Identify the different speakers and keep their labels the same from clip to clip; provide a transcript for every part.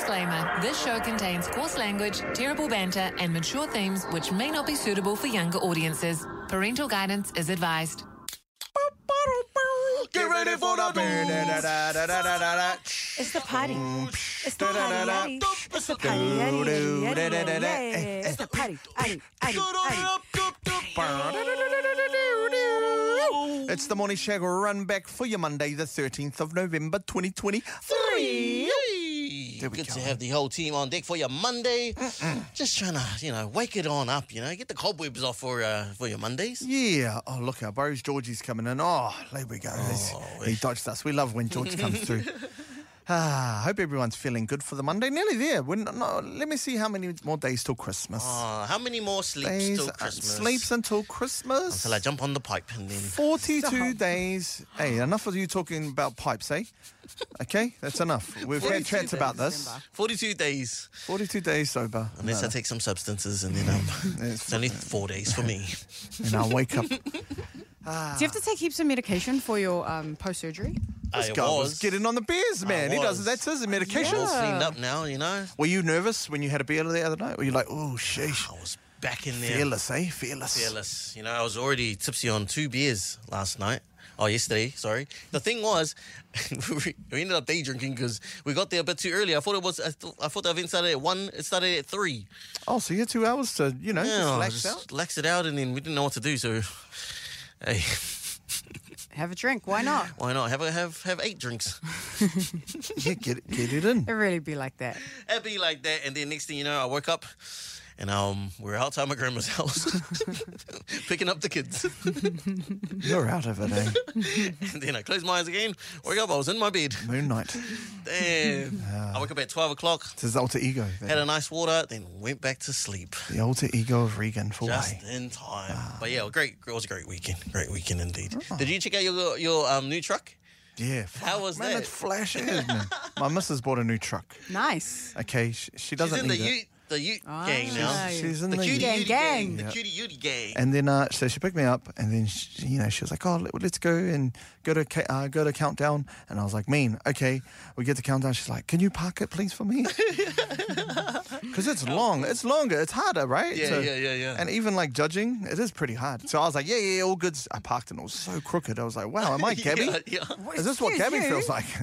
Speaker 1: Disclaimer This show contains coarse language, terrible banter, and mature themes which may not be suitable for younger audiences. Parental guidance is advised.
Speaker 2: Get ready for the
Speaker 3: It's the party. It's the party. It's the party. It's the party. Party, party, party.
Speaker 2: It's the morning shag run back for your Monday, the 13th of November, 2023. There we
Speaker 4: Good
Speaker 2: go.
Speaker 4: to have the whole team on deck for your Monday. Just trying to, you know, wake it on up. You know, get the cobwebs off for uh, for your Mondays.
Speaker 2: Yeah. Oh, look, our Burrows Georgie's coming in. Oh, there we go. He's-
Speaker 4: Oh,
Speaker 2: he dodged us. We love when George comes through. Ah, hope everyone's feeling good for the Monday. Nearly there. We're not, no, let me see how many more days till Christmas.
Speaker 4: Oh, how many more sleeps
Speaker 2: days,
Speaker 4: till
Speaker 2: uh,
Speaker 4: Christmas?
Speaker 2: sleeps until Christmas.
Speaker 4: until I jump on the pipe and then.
Speaker 2: 42 days. Hey, enough of you talking about pipes, eh? Okay, that's enough. We've had
Speaker 4: 42
Speaker 2: chats about
Speaker 3: days,
Speaker 2: this.
Speaker 3: Simba.
Speaker 4: 42 days.
Speaker 2: 42 days sober.
Speaker 4: Unless I
Speaker 2: No,
Speaker 4: take some substances and then um,
Speaker 2: It's
Speaker 4: it's only four days for me.
Speaker 2: and I'll wake up.
Speaker 3: Do you have to take heaps of medication for your um, post surgery?
Speaker 4: I
Speaker 2: God, I
Speaker 4: was.
Speaker 2: was getting on the beers, man. He does
Speaker 4: was.
Speaker 2: that's his
Speaker 4: I'm
Speaker 2: medication.
Speaker 4: all
Speaker 3: Yeah.
Speaker 4: cleaned up now, you know.
Speaker 2: Were you nervous when you had a beer the other night? Were you like, oh, sheesh.
Speaker 4: I was back in there.
Speaker 2: Fearless, eh? Fearless.
Speaker 4: fearless. You know, I was already tipsy on two beers last night. Oh, yesterday, sorry. The thing was, we we ended up day drinking because we got there a bit too early. I thought it was, I, th- I thought the event started at one, it started at three.
Speaker 2: Oh, so you had two hours to, you know,
Speaker 4: Yeah, I
Speaker 2: just relax
Speaker 4: just
Speaker 2: out?
Speaker 4: laxed it out and then we didn't know what to do. So, hey,
Speaker 3: Have a drink. Why not?
Speaker 4: why not? Have a, have have eight drinks.
Speaker 2: Yeah, get, get it in.
Speaker 3: It really be like that.
Speaker 4: It'd be like that. And then next thing you know, I woke up and um, we were outside my grandma's house picking up the kids.
Speaker 2: You're out of it, eh?
Speaker 4: and then I closed my eyes again, woke up, I was in my bed.
Speaker 2: Moon Knight.
Speaker 4: Damn.
Speaker 2: Ah.
Speaker 4: I woke up at 12 o'clock,
Speaker 2: It's his alter ego. that-
Speaker 4: had a nice water, then went back to sleep.
Speaker 2: the alter ego of Regan for
Speaker 4: Just
Speaker 2: why?
Speaker 4: in time.
Speaker 2: Ah.
Speaker 4: But yeah, great. It was a great weekend. Great weekend indeed. Did you check out your your um, new truck?
Speaker 2: Yeah. fuck,
Speaker 4: was
Speaker 2: man,
Speaker 4: that?
Speaker 2: It's flashy, isn't it? My missus bought a new truck.
Speaker 3: Nice.
Speaker 2: Okay, she, she
Speaker 4: She's
Speaker 2: doesn't
Speaker 4: in the
Speaker 2: need it.
Speaker 4: Ute, the Ute gang now.
Speaker 3: She's-
Speaker 2: She's in
Speaker 4: The
Speaker 2: the,
Speaker 4: cutie
Speaker 3: Ah. Gang,
Speaker 4: Ute
Speaker 3: gang.
Speaker 4: gang. The
Speaker 2: Yeah.
Speaker 4: cutie Ute gang.
Speaker 2: And then uh, so she picked me up, and then she, you know she was like, "Oh, let, us go and go to K- uh, go to countdown." And I was like, "Mean, okay." We get to countdown. She's like, "Can you park it, please, for me?" Because it's long. It's longer. It's harder, right?
Speaker 4: Yeah, yeah, yeah, yeah.
Speaker 2: And even like judging, it is pretty hard. So I was like, "Yeah, yeah, all good." I parked, and it was so crooked. I was like, "Wow, am I Gabby?
Speaker 4: Yeah, yeah.
Speaker 2: Is this what
Speaker 3: Excuse
Speaker 2: Gabby
Speaker 3: you?
Speaker 2: feels like?"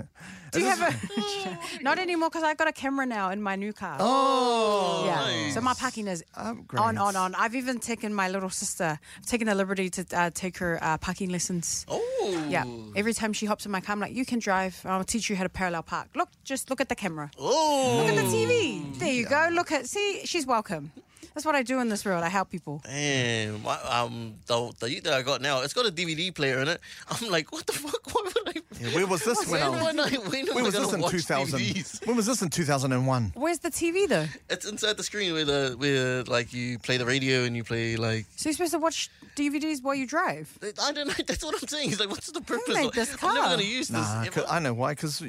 Speaker 3: Do you have a? not anymore because I got a camera now in my new car. Oh, yeah. So my parking is on,
Speaker 2: Upgrades.
Speaker 3: on, on. I've even taken my little sister, I've taken the liberty to uh, take her uh, parking lessons.
Speaker 4: Oh.
Speaker 3: Yeah. Every time she hops in my car, I'm like, you can drive. I'll teach you how to parallel park. Look, just look at the camera.
Speaker 4: Oh.
Speaker 3: Look at the TV. There you go. Look at, see, she's welcome. That's what I do in this world. I help people.
Speaker 4: Damn, my, um, the, the Ute that I got now, it's got a DVD player in it. I'm like, what the fuck? Why would I?
Speaker 2: Yeah, where was this when? I
Speaker 4: When,
Speaker 2: was,
Speaker 4: when, I, when,
Speaker 2: when was
Speaker 4: I
Speaker 2: this in
Speaker 4: two
Speaker 2: 2000?
Speaker 4: thousand?
Speaker 2: When was this in 2001?
Speaker 3: Where's the TV though?
Speaker 4: It's inside the screen where the where like you play the radio and you play like
Speaker 3: So you're supposed to watch DVDs while you drive.
Speaker 4: I don't know. That's what I'm saying. It's like, what's the purpose?
Speaker 3: made
Speaker 4: of-
Speaker 3: this
Speaker 4: I'm never
Speaker 3: car?
Speaker 4: going to use
Speaker 2: Nah,
Speaker 4: this.
Speaker 2: 'cause-
Speaker 4: Ever.
Speaker 2: I know why. Because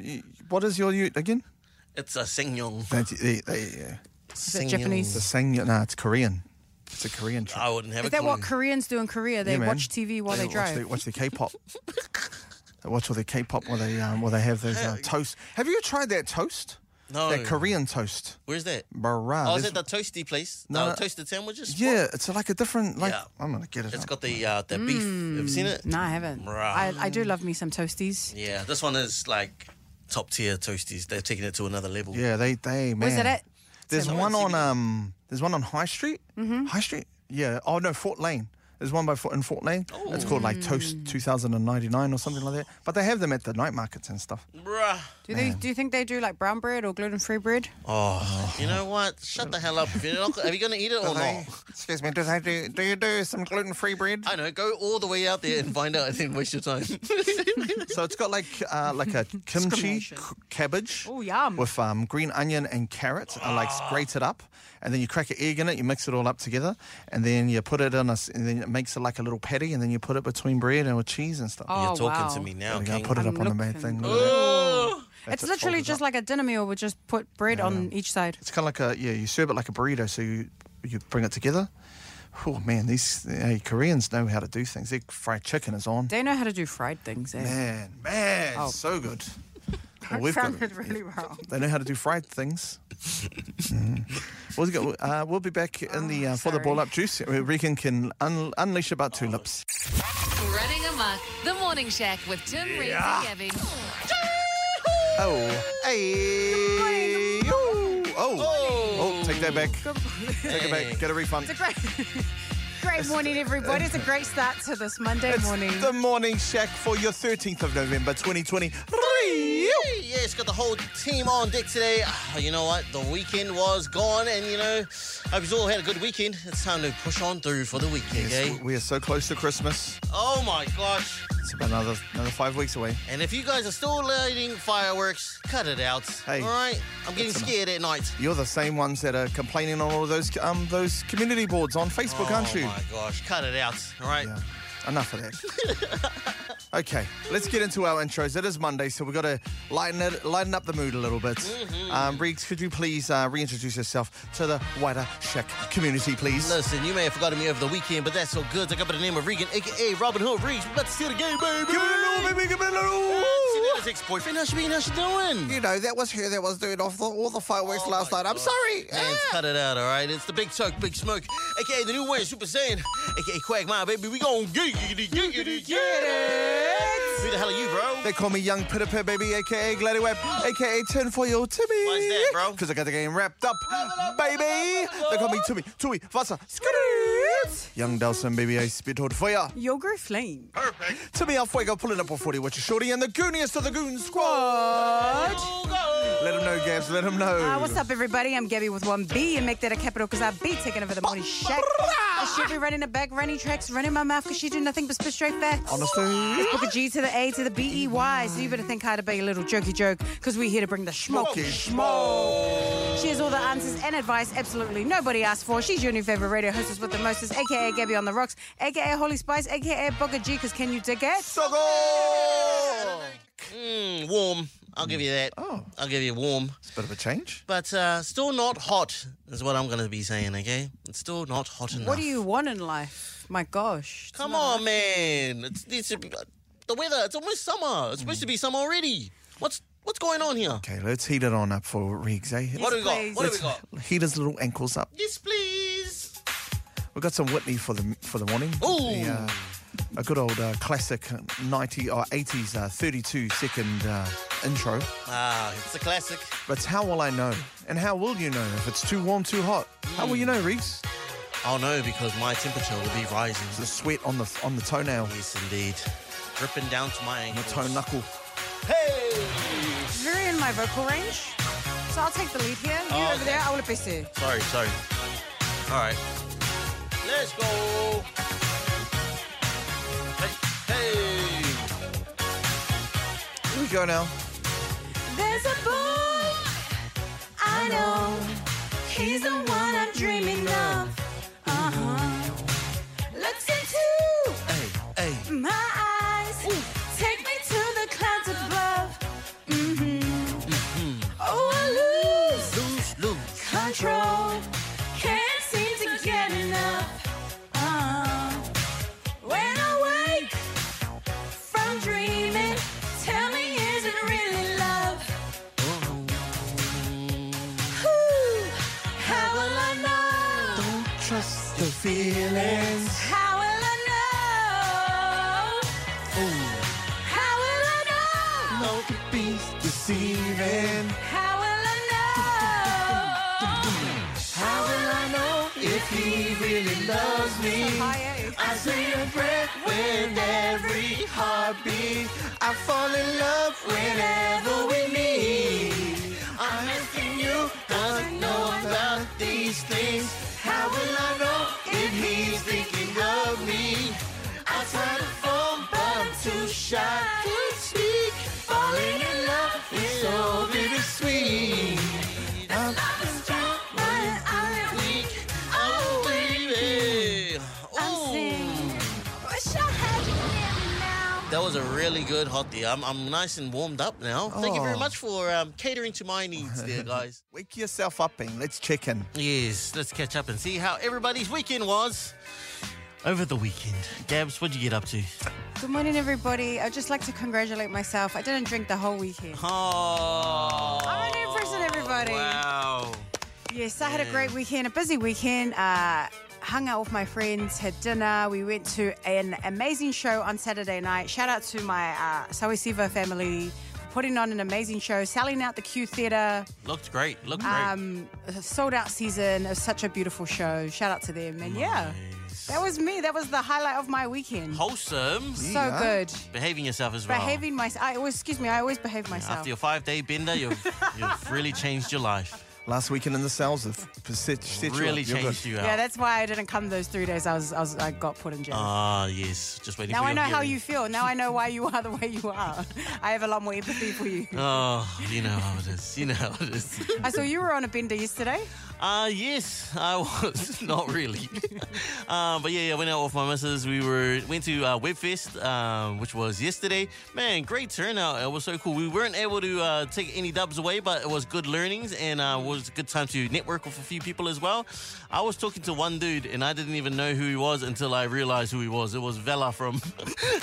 Speaker 2: what is your ute again?
Speaker 4: It's a Singyong.
Speaker 2: That's, they, they, yeah.
Speaker 3: Is it Japanese?
Speaker 2: The sang, nah, it's Korean. It's a Korean trip.
Speaker 4: I wouldn't have
Speaker 3: Is
Speaker 4: a
Speaker 3: that
Speaker 4: clue.
Speaker 3: what Koreans do in Korea? They
Speaker 2: Yeah, man.
Speaker 3: watch TV while they,
Speaker 2: watch
Speaker 3: drive.
Speaker 2: their, watch their K-pop. they watch all their K-pop while they um, while they have those uh, toast. Have you tried that toast?
Speaker 4: No.
Speaker 2: That Korean toast.
Speaker 4: Where's that?
Speaker 2: Barra.
Speaker 4: Oh, is
Speaker 2: There's-
Speaker 4: it the toasty place?
Speaker 2: No,
Speaker 4: No,
Speaker 2: no.
Speaker 4: toasted sandwiches.
Speaker 2: yeah, it's like a different. Like
Speaker 4: Yeah.
Speaker 2: I'm gonna get it.
Speaker 4: it's
Speaker 2: up.
Speaker 4: got the uh, the beef. Have you seen it?
Speaker 3: No, I haven't. I,
Speaker 4: Right.
Speaker 3: I do love me some toasties.
Speaker 4: Yeah, this one is like top tier toasties. They're taking it to another level.
Speaker 2: yeah, they they man.
Speaker 3: Where's it at?
Speaker 2: There's
Speaker 4: It's
Speaker 2: one
Speaker 4: on
Speaker 2: on
Speaker 4: CBD.
Speaker 2: um. There's one on High Street. Mm-hmm. High Street. Yeah. Oh no, Fort Lane. There's one by Fort in Fort Lane. It's called like Toast 2099 or something like that. But they have them at the night markets and stuff.
Speaker 4: Bruh.
Speaker 3: Do they? Do you think they do like brown bread or gluten free bread?
Speaker 4: Oh, you know what? Shut the hell up. If you're not, are you going to eat it
Speaker 2: Oh,
Speaker 4: or not?
Speaker 2: Excuse me. Do, they do, do you do some gluten free bread?
Speaker 4: I know. Go all the way out there and find out. and then waste your time.
Speaker 2: so it's got like uh, like a kimchi c-
Speaker 3: Discrimination.
Speaker 2: cabbage.
Speaker 3: Oh, yum.
Speaker 2: With um, green onion and carrot, and like grate it up, and then you crack an egg in it. You mix it all up together, and then you put it in a, s- and then it makes it like a little patty, and then you put it between bread and with cheese and stuff.
Speaker 3: Oh,
Speaker 4: you're talking
Speaker 3: wow.
Speaker 4: to me now.
Speaker 2: There we go. I
Speaker 4: King.
Speaker 2: put it
Speaker 3: I'm
Speaker 2: up on the main
Speaker 3: looking.
Speaker 2: thing. look at that.
Speaker 4: Oh.
Speaker 3: It's
Speaker 2: it,
Speaker 3: literally
Speaker 2: fold it
Speaker 3: just
Speaker 2: up.
Speaker 3: like a dinner meal. We just put bread on each side.
Speaker 2: It's kind of like a yeah. You serve it like a burrito, so you you bring it together. Oh man, these hey, Koreans know how to do things. Their fried chicken is on.
Speaker 3: They know how to do fried things. Eh?
Speaker 2: Man, man,
Speaker 3: Oh.
Speaker 2: so good. Well,
Speaker 3: That
Speaker 2: we've got
Speaker 3: sounded really wrong.
Speaker 2: They know how to do fried things. Mm. We'll, go- uh, we'll be back in the uh, for the
Speaker 3: sorry.
Speaker 2: ball up juice. Regan can un- unleash about two lips.
Speaker 1: Running amok, the morning shack with Tim Reeves and Gabby.
Speaker 2: Oh, hey, oh, oh, oh, take that back. Take it back. Get a refund.
Speaker 3: It's a great, great morning, everybody. It's a great start to this Monday
Speaker 2: It's
Speaker 3: morning.
Speaker 2: the morning shack for your 13th of November 2020.
Speaker 4: Yeah, it's got the whole team on deck today. Ah, you know what? The weekend was gone, and you know, hope you all had a good weekend. It's time to push on through for the weekend, eh?
Speaker 2: Yes, we are so close to Christmas.
Speaker 4: Oh my gosh!
Speaker 2: It's about another another five weeks away.
Speaker 4: And if you guys are still lighting fireworks, cut it out.
Speaker 2: Hey,
Speaker 4: all right? I'm getting
Speaker 2: that's enough.
Speaker 4: scared at night.
Speaker 2: You're the same ones that are complaining on all of those um those community boards on Facebook, aren't
Speaker 4: oh
Speaker 2: you?
Speaker 4: my gosh, cut it out. All right?
Speaker 2: Yeah. Enough of that. okay, let's get into our intros. It is Monday, so we've got to lighten it, lighten up the mood a little bit.
Speaker 4: Mm-hmm.
Speaker 2: Um, Riggs, could you please uh, reintroduce yourself to the wider Shack community, please?
Speaker 4: Listen, you may have forgotten me over the weekend, but that's all good. I got by the name of Regan, aka Robin Hood Reeves. We're about to see the game, baby.
Speaker 2: Give it a little, baby, give it a little.
Speaker 4: Ex boyfriend, how's she been? How's she doing?
Speaker 2: You know, that was her that was doing off the, all the fireworks
Speaker 4: Oh
Speaker 2: last
Speaker 4: my
Speaker 2: night. I'm
Speaker 4: God.
Speaker 2: sorry.
Speaker 4: Man,
Speaker 2: Ah.
Speaker 4: cut it out, all right? It's the big talk, big smoke, aka the new way of Super Saiyan, aka Quagmire, baby. We gon' giggity, giggity, get it. Who the hell are you, bro?
Speaker 2: They call me Young Pittiper, baby, aka Gladdy Web, aka Tinfoil Timmy.
Speaker 4: Why is that, bro?
Speaker 2: Because I got the game wrapped up, baby. They call me Timmy, Tui, Vasa, Skirt. Young Delson, baby, I spit hot for ya.
Speaker 3: Yogurt flame.
Speaker 2: Timmy Alfuego pulling up on 40 with your shorty and the gooniest of the goon squad. Let him know, Gabs, let him know.
Speaker 3: Uh, what's up, everybody? I'm Gabby with 1B and make that a capital because I be taking over the morning shack. I should be running the back, running tracks, running my mouth because she do nothing but spit straight facts.
Speaker 2: Honestly.
Speaker 3: Book a G to the A to the B E Y, so you better think hard about your little jokey joke because we're here to bring the smoke.
Speaker 2: Smoky
Speaker 3: She has all the answers and advice absolutely nobody asked for. She's your new favorite radio hostess with the mostest, aka Gabby on the Rocks, aka Holy Spice, aka Booker G, because can you dig it?
Speaker 2: Smoke.
Speaker 4: Mm, warm. I'll give you that.
Speaker 2: Oh.
Speaker 4: I'll give you warm.
Speaker 2: Bit of a change.
Speaker 4: But uh, still not hot, is what I'm going to be saying, okay? It's still not hot enough.
Speaker 3: What do you want in life? My gosh.
Speaker 4: Come on, man. It's, it's the weather. It's almost summer. It's supposed to be summer already. What's what's going on here?
Speaker 2: Okay, let's heat it on up for Riggs, eh?
Speaker 4: What do we got?
Speaker 3: please.
Speaker 4: What do we got?
Speaker 2: Heat his little ankles up.
Speaker 4: Yes, please.
Speaker 2: We've got some Whitney for the for the morning.
Speaker 4: Ooh.
Speaker 2: The, uh, a good old uh, classic 90 or 80s uh, 32 second uh, intro.
Speaker 4: Ah, it's a classic.
Speaker 2: But how will I know? And how will you know if it's too warm, too hot? How will you know, Riggs?
Speaker 4: I'll know Oh, because my temperature will be rising.
Speaker 2: The sweat on the on the toenail,
Speaker 4: Yes, indeed. Dripping down to my
Speaker 2: the
Speaker 4: ankles.
Speaker 2: toe knuckle.
Speaker 4: Hey!
Speaker 3: Very in my vocal range. So I'll take the lead here. You
Speaker 4: Oh,
Speaker 3: over
Speaker 4: okay.
Speaker 3: there, I will pese.
Speaker 4: Sorry, sorry. All right. Let's go. Hey, hey.
Speaker 2: Here we go now.
Speaker 3: There's a boy I know. He's the one I'm dreaming of. Uh-huh. Looks into
Speaker 4: Hey, hey.
Speaker 3: my eyes. Take me to the clouds above. Mm-hmm. Oh, I lose
Speaker 4: Loose, loose.
Speaker 3: control. Can't seem to get enough. Uh, when I wake from dreaming, tell me is it really love? Ooh, how will I know?
Speaker 2: Don't trust the feelings.
Speaker 3: How will I know? How will I know?
Speaker 2: No be deceiving.
Speaker 3: How will I know?
Speaker 2: How will I know if he really loves me? I say a breath with every heartbeat. I fall in love whenever we meet. I'm asking you, doesn't know about these things. How will I know if he's thinking of me? I try to phone, but I'm too shy to speak. Falling in love is so bittersweet. I'm
Speaker 4: Oh, baby. Oh. That was a really good hot day. I'm, I'm nice and warmed up now. Thank you very
Speaker 2: Oh.
Speaker 4: much for um, catering to my needs there, guys.
Speaker 2: Wake yourself up and let's check in.
Speaker 4: yes, let's catch up and see how everybody's weekend was. over the weekend. Gabs, what'd you get up to?
Speaker 3: Good morning, everybody. I'd just like to congratulate myself. I didn't drink the whole weekend.
Speaker 4: Oh,
Speaker 3: I'm an impressive everybody.
Speaker 4: Wow.
Speaker 3: Yes, I had a great weekend, a busy weekend. Uh, hung out with my friends, had dinner. We went to an amazing show on Saturday night. Shout out to my uh, Sawisiva family for putting on an amazing show, selling out the Q Theatre,
Speaker 4: Looked great. Looked great.
Speaker 3: um, sold out season. It was such a beautiful show. Shout out to them. And yeah, that was me. That was the highlight of my weekend.
Speaker 4: Wholesome.
Speaker 3: So
Speaker 2: Yeah.
Speaker 3: good.
Speaker 4: Behaving yourself as well.
Speaker 3: Behaving myself. I always, excuse me, I always behave myself.
Speaker 4: After your five day bender, you've, you've really changed your life.
Speaker 2: Last weekend in the sales, the f- set, set you
Speaker 4: really
Speaker 2: up. You're good.
Speaker 4: changed you out.
Speaker 3: yeah, that's why I didn't come those three days. I was, I was, I got put in jail.
Speaker 4: Ah, yes. Just waiting
Speaker 3: Now
Speaker 4: for
Speaker 3: I
Speaker 4: your
Speaker 3: know how
Speaker 4: hearing.
Speaker 3: you feel. Now I know why you are the way you are. I have a lot more empathy for you.
Speaker 4: Oh, you know how it is. You know how it is.
Speaker 3: I saw you were on a bender yesterday.
Speaker 4: Uh, yes, I was. Not really. um, but yeah, yeah, I went out with my missus. We were went to uh, Webfest, um, which was yesterday. Man, great turnout. It was so cool. We weren't able to uh, take any dubs away, but it was good learnings and uh, was a good time to network with a few people as well. I was talking to one dude and I didn't even know who he was until I realized who he was. It was Vela from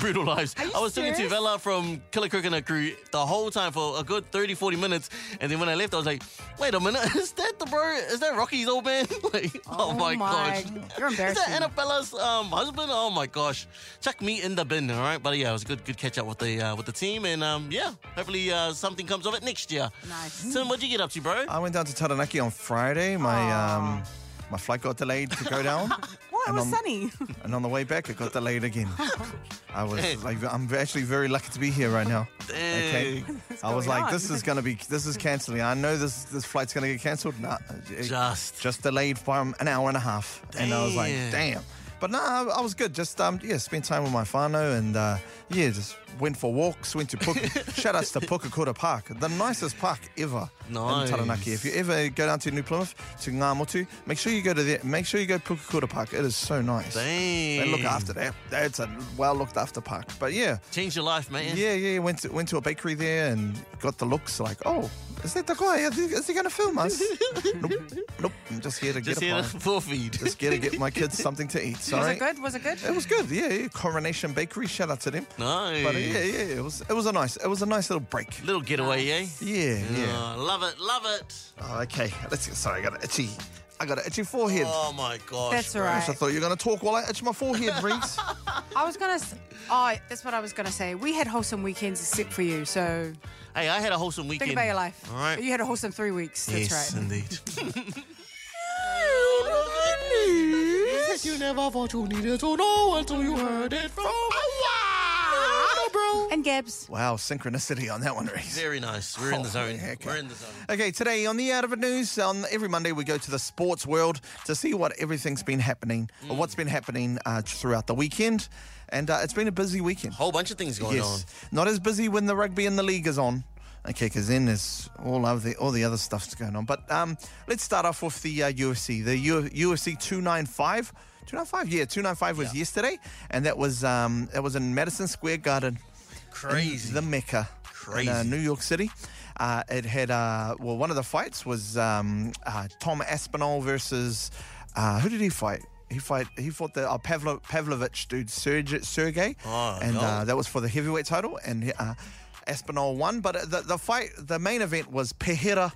Speaker 4: Brutal Lives. I was talking to
Speaker 3: serious?
Speaker 4: Vela from Killer Coconut Crew the whole time for a good 30, 40 minutes. And then when I left, I was like, wait a minute, is that the bro? Is that Rocky's old man? like, oh, my, gosh.
Speaker 3: You're
Speaker 4: Is that
Speaker 3: embarrassing.
Speaker 4: Annabella's um, husband? Oh my gosh! Chuck me in the bin, all right? But yeah, it was a good, good catch up with the uh, with the team, and um, yeah, hopefully uh, something comes of it next year.
Speaker 3: Nice.
Speaker 4: Tim, what'd you get up to, bro?
Speaker 2: I went down to Taranaki on Friday. My
Speaker 4: Ah.
Speaker 2: um, my flight got delayed to go down.
Speaker 3: What? It
Speaker 2: And
Speaker 3: was
Speaker 2: on-
Speaker 3: sunny.
Speaker 2: And on the way back, it got delayed again. I was like, I'm actually very lucky to be here right now. Okay, I was
Speaker 3: going
Speaker 2: like,
Speaker 3: on?
Speaker 2: this is gonna be, this is canceling. I know this this flight's gonna get cancelled. Nah, it-
Speaker 4: Just.
Speaker 2: just delayed by um, an hour and a half, and I was like,
Speaker 4: Damn.
Speaker 2: damn. But no, I, I was good. Just um, yeah, spent time with my whānau and uh, yeah, just went for walks. Went to Puka. shout outs to Pukakura Park, the nicest park ever
Speaker 4: Nice.
Speaker 2: in Taranaki. If you ever go down to New Plymouth to Ngamotu, make sure you go to there. Make sure you go Pukakura Park. It is so nice. They look
Speaker 4: Damn.
Speaker 2: after that. That's a well looked after park. But yeah,
Speaker 4: Change your life, man.
Speaker 2: yeah, yeah. Went to, went to a bakery there and got the looks like, oh, is that the guy? Is he, is he going to film us? nope, nope. I'm just here to
Speaker 4: Just
Speaker 2: get
Speaker 4: here
Speaker 2: a
Speaker 4: to
Speaker 2: pie.
Speaker 4: full feed.
Speaker 2: just here to get my kids something to eat.
Speaker 3: Was
Speaker 2: Sorry.
Speaker 3: it good? Was it good?
Speaker 2: It was good. Yeah, yeah. Coronation Bakery. Shout out to them.
Speaker 4: nice.
Speaker 2: But uh, yeah, yeah. It was it was a nice it was a nice little break.
Speaker 4: Little getaway, eh?
Speaker 2: Yeah, yeah.
Speaker 4: Oh, love it, love it.
Speaker 2: Oh, okay, let's. get- Sorry, I got an itchy. I got an itchy forehead.
Speaker 4: Oh my gosh.
Speaker 3: That's all
Speaker 4: bro.
Speaker 3: right.
Speaker 2: I thought you were going to talk while I itch my forehead, Reese.
Speaker 3: I was gonna. s- Oh, that's what I was gonna say. We had wholesome weekends except for you. So
Speaker 4: Hey, I had a wholesome weekend.
Speaker 3: think about your life.
Speaker 4: All right.
Speaker 3: You had a wholesome three weeks. That's
Speaker 4: yes,
Speaker 3: right.
Speaker 4: indeed. Oh,
Speaker 3: And Gabs.
Speaker 2: wow, synchronicity on that one, Reese.
Speaker 4: Very nice. We're in the zone.
Speaker 2: Holy Oh, heck.
Speaker 4: We're in the zone.
Speaker 2: Okay, today on the Out of It News, on every Monday we go to the sports world to see what everything's been happening, or
Speaker 4: Mm.
Speaker 2: what's been happening uh, throughout the weekend. And uh, it's been a busy weekend.
Speaker 4: Whole bunch of things going on.
Speaker 2: Yes, not as busy when the rugby and the league is on. Okay, because then there's all of the all the other stuff's going on. But um, let's start off with the uh, UFC. The U- UFC 295, 295, yeah, 295 was yesterday, and that was um, that was in Madison Square Garden
Speaker 4: Crazy.
Speaker 2: the Mecca in uh,
Speaker 4: Crazy.
Speaker 2: New York City. Uh, it had uh, well, one of the fights was um, uh, Tom Aspinall versus uh, who did he fight? He fight he fought the uh, Pavlo, Pavlovich dude Serge, Sergey,
Speaker 4: Oh,
Speaker 2: and
Speaker 4: no.
Speaker 2: uh, that was for the heavyweight title. And uh, Aspinall won, but uh, the, the fight, the main event was Pereira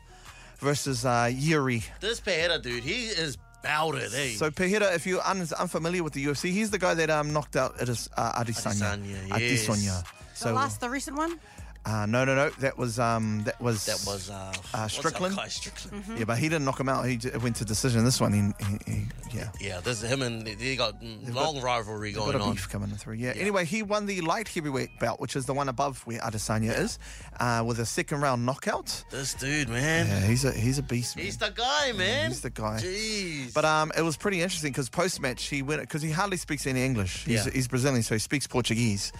Speaker 2: versus uh, Yuri.
Speaker 4: This Pajeda dude, he is bowded, eh?
Speaker 2: So Pereira, if you're un- unfamiliar with the UFC, he's the guy that um, knocked out it is uh, Adesanya.
Speaker 4: Adesanya, yes.
Speaker 2: Adesanya.
Speaker 3: The last, the recent one.
Speaker 2: Uh, no, no, no. That was um, that was
Speaker 4: that was uh, what's that
Speaker 2: Strickland?
Speaker 4: guy, Strickland.
Speaker 2: Yeah, but he didn't knock him out. He j- went to decision. This one, he, he, he yeah.
Speaker 4: Yeah, this is him and they got mm, long rivalry
Speaker 2: Got
Speaker 4: going
Speaker 2: a
Speaker 4: on.
Speaker 2: beef coming through. Yeah. Anyway, he won the light heavyweight belt, which is the one above where Adesanya is, uh, with a second round knockout.
Speaker 4: This dude, man.
Speaker 2: Yeah, he's a he's a beast. Man.
Speaker 4: He's the guy, man.
Speaker 2: he's the guy.
Speaker 4: Jeez.
Speaker 2: But um, it was pretty interesting because post match he went because he hardly speaks any English. He's,
Speaker 4: Yeah.
Speaker 2: he's Brazilian, so he speaks Portuguese.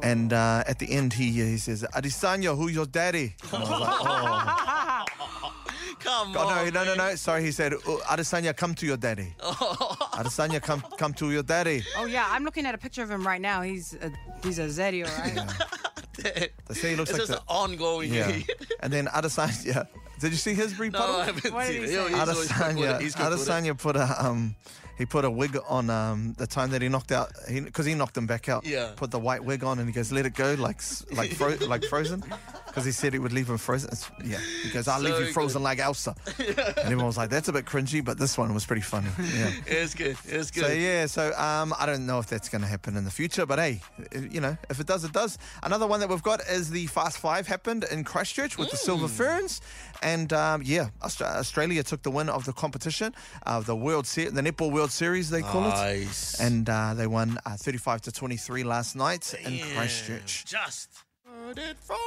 Speaker 2: And uh, at the end, he he says, "Adesanya, who your daddy?" And I was like, oh.
Speaker 4: come
Speaker 2: God,
Speaker 4: on.
Speaker 2: Oh, no, no, no,
Speaker 4: man.
Speaker 2: no. Sorry, he said, "Oh, "Adesanya, come to your daddy." Adesanya, come come to your daddy.
Speaker 3: Oh yeah, I'm looking at a picture of him right now. He's a, he's a zaddy, all right.
Speaker 2: They say he looks
Speaker 4: It's
Speaker 2: like
Speaker 4: just
Speaker 2: the,
Speaker 4: an ongoing.
Speaker 2: Yeah. and then Adesanya. Yeah. Did you see his
Speaker 4: no,
Speaker 2: rebuttal?
Speaker 4: I haven't
Speaker 3: What
Speaker 4: seen
Speaker 3: did
Speaker 4: it.
Speaker 3: he
Speaker 4: Yo,
Speaker 3: say?
Speaker 4: he's always good with it.
Speaker 2: Adesanya.
Speaker 4: He's good with it.
Speaker 2: Adesanya put a um. he put a wig on um, the time that he knocked out because he, knocked him back out.
Speaker 4: Yeah.
Speaker 2: Put the white wig on and he goes, "Let it go," like s- like fro- like frozen, because he said it would leave him frozen. It's- yeah. He goes, "I'll
Speaker 4: So
Speaker 2: leave you
Speaker 4: good.
Speaker 2: frozen like Elsa," and everyone was like, "That's a bit cringy," but this one was pretty funny. Yeah.
Speaker 4: It's good. It's good.
Speaker 2: So yeah, so um, I don't know if that's going to happen in the future, but hey, i- you know, if it does, it does. Another one that we've got is the Fast Five happened in Christchurch with the Silver
Speaker 4: Hmm.
Speaker 2: Ferns, and um, yeah, Aust- Australia took the win of the competition of the World Se- the Netball World Series they call
Speaker 4: Nice.
Speaker 2: it, and uh, they won uh, thirty-five to twenty-three last night in Christchurch.
Speaker 4: Just. Heard it from-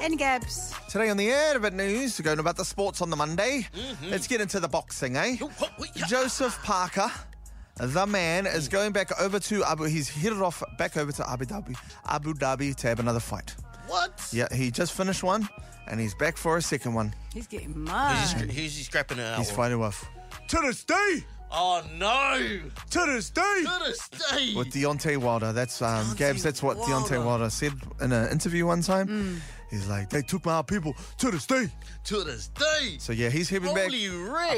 Speaker 3: And Gabs.
Speaker 2: Today on the air, a bit news going about the sports on the Monday. Let's get into the boxing, eh? Joseph Parker, the man, is going back over to Abu. He's headed off back over to Abu Dhabi, Abu Dhabi to have another fight.
Speaker 4: What?
Speaker 2: Yeah, he just finished one, and he's back for a second one.
Speaker 3: He's getting
Speaker 4: Who's he,
Speaker 3: mad.
Speaker 4: scra- who's he scrapping it out?
Speaker 2: He's
Speaker 4: with?
Speaker 2: fighting with Oh, to this day,
Speaker 4: Oh no!
Speaker 2: to this day.
Speaker 4: To this day.
Speaker 2: With Deontay Wilder, that's um, Gabs. That's what
Speaker 4: Wilder.
Speaker 2: Deontay Wilder Mm. said in an interview one time. He's like, they took my people to this day.
Speaker 4: To this day.
Speaker 2: So yeah, he's heading back.
Speaker 4: Holy
Speaker 2: A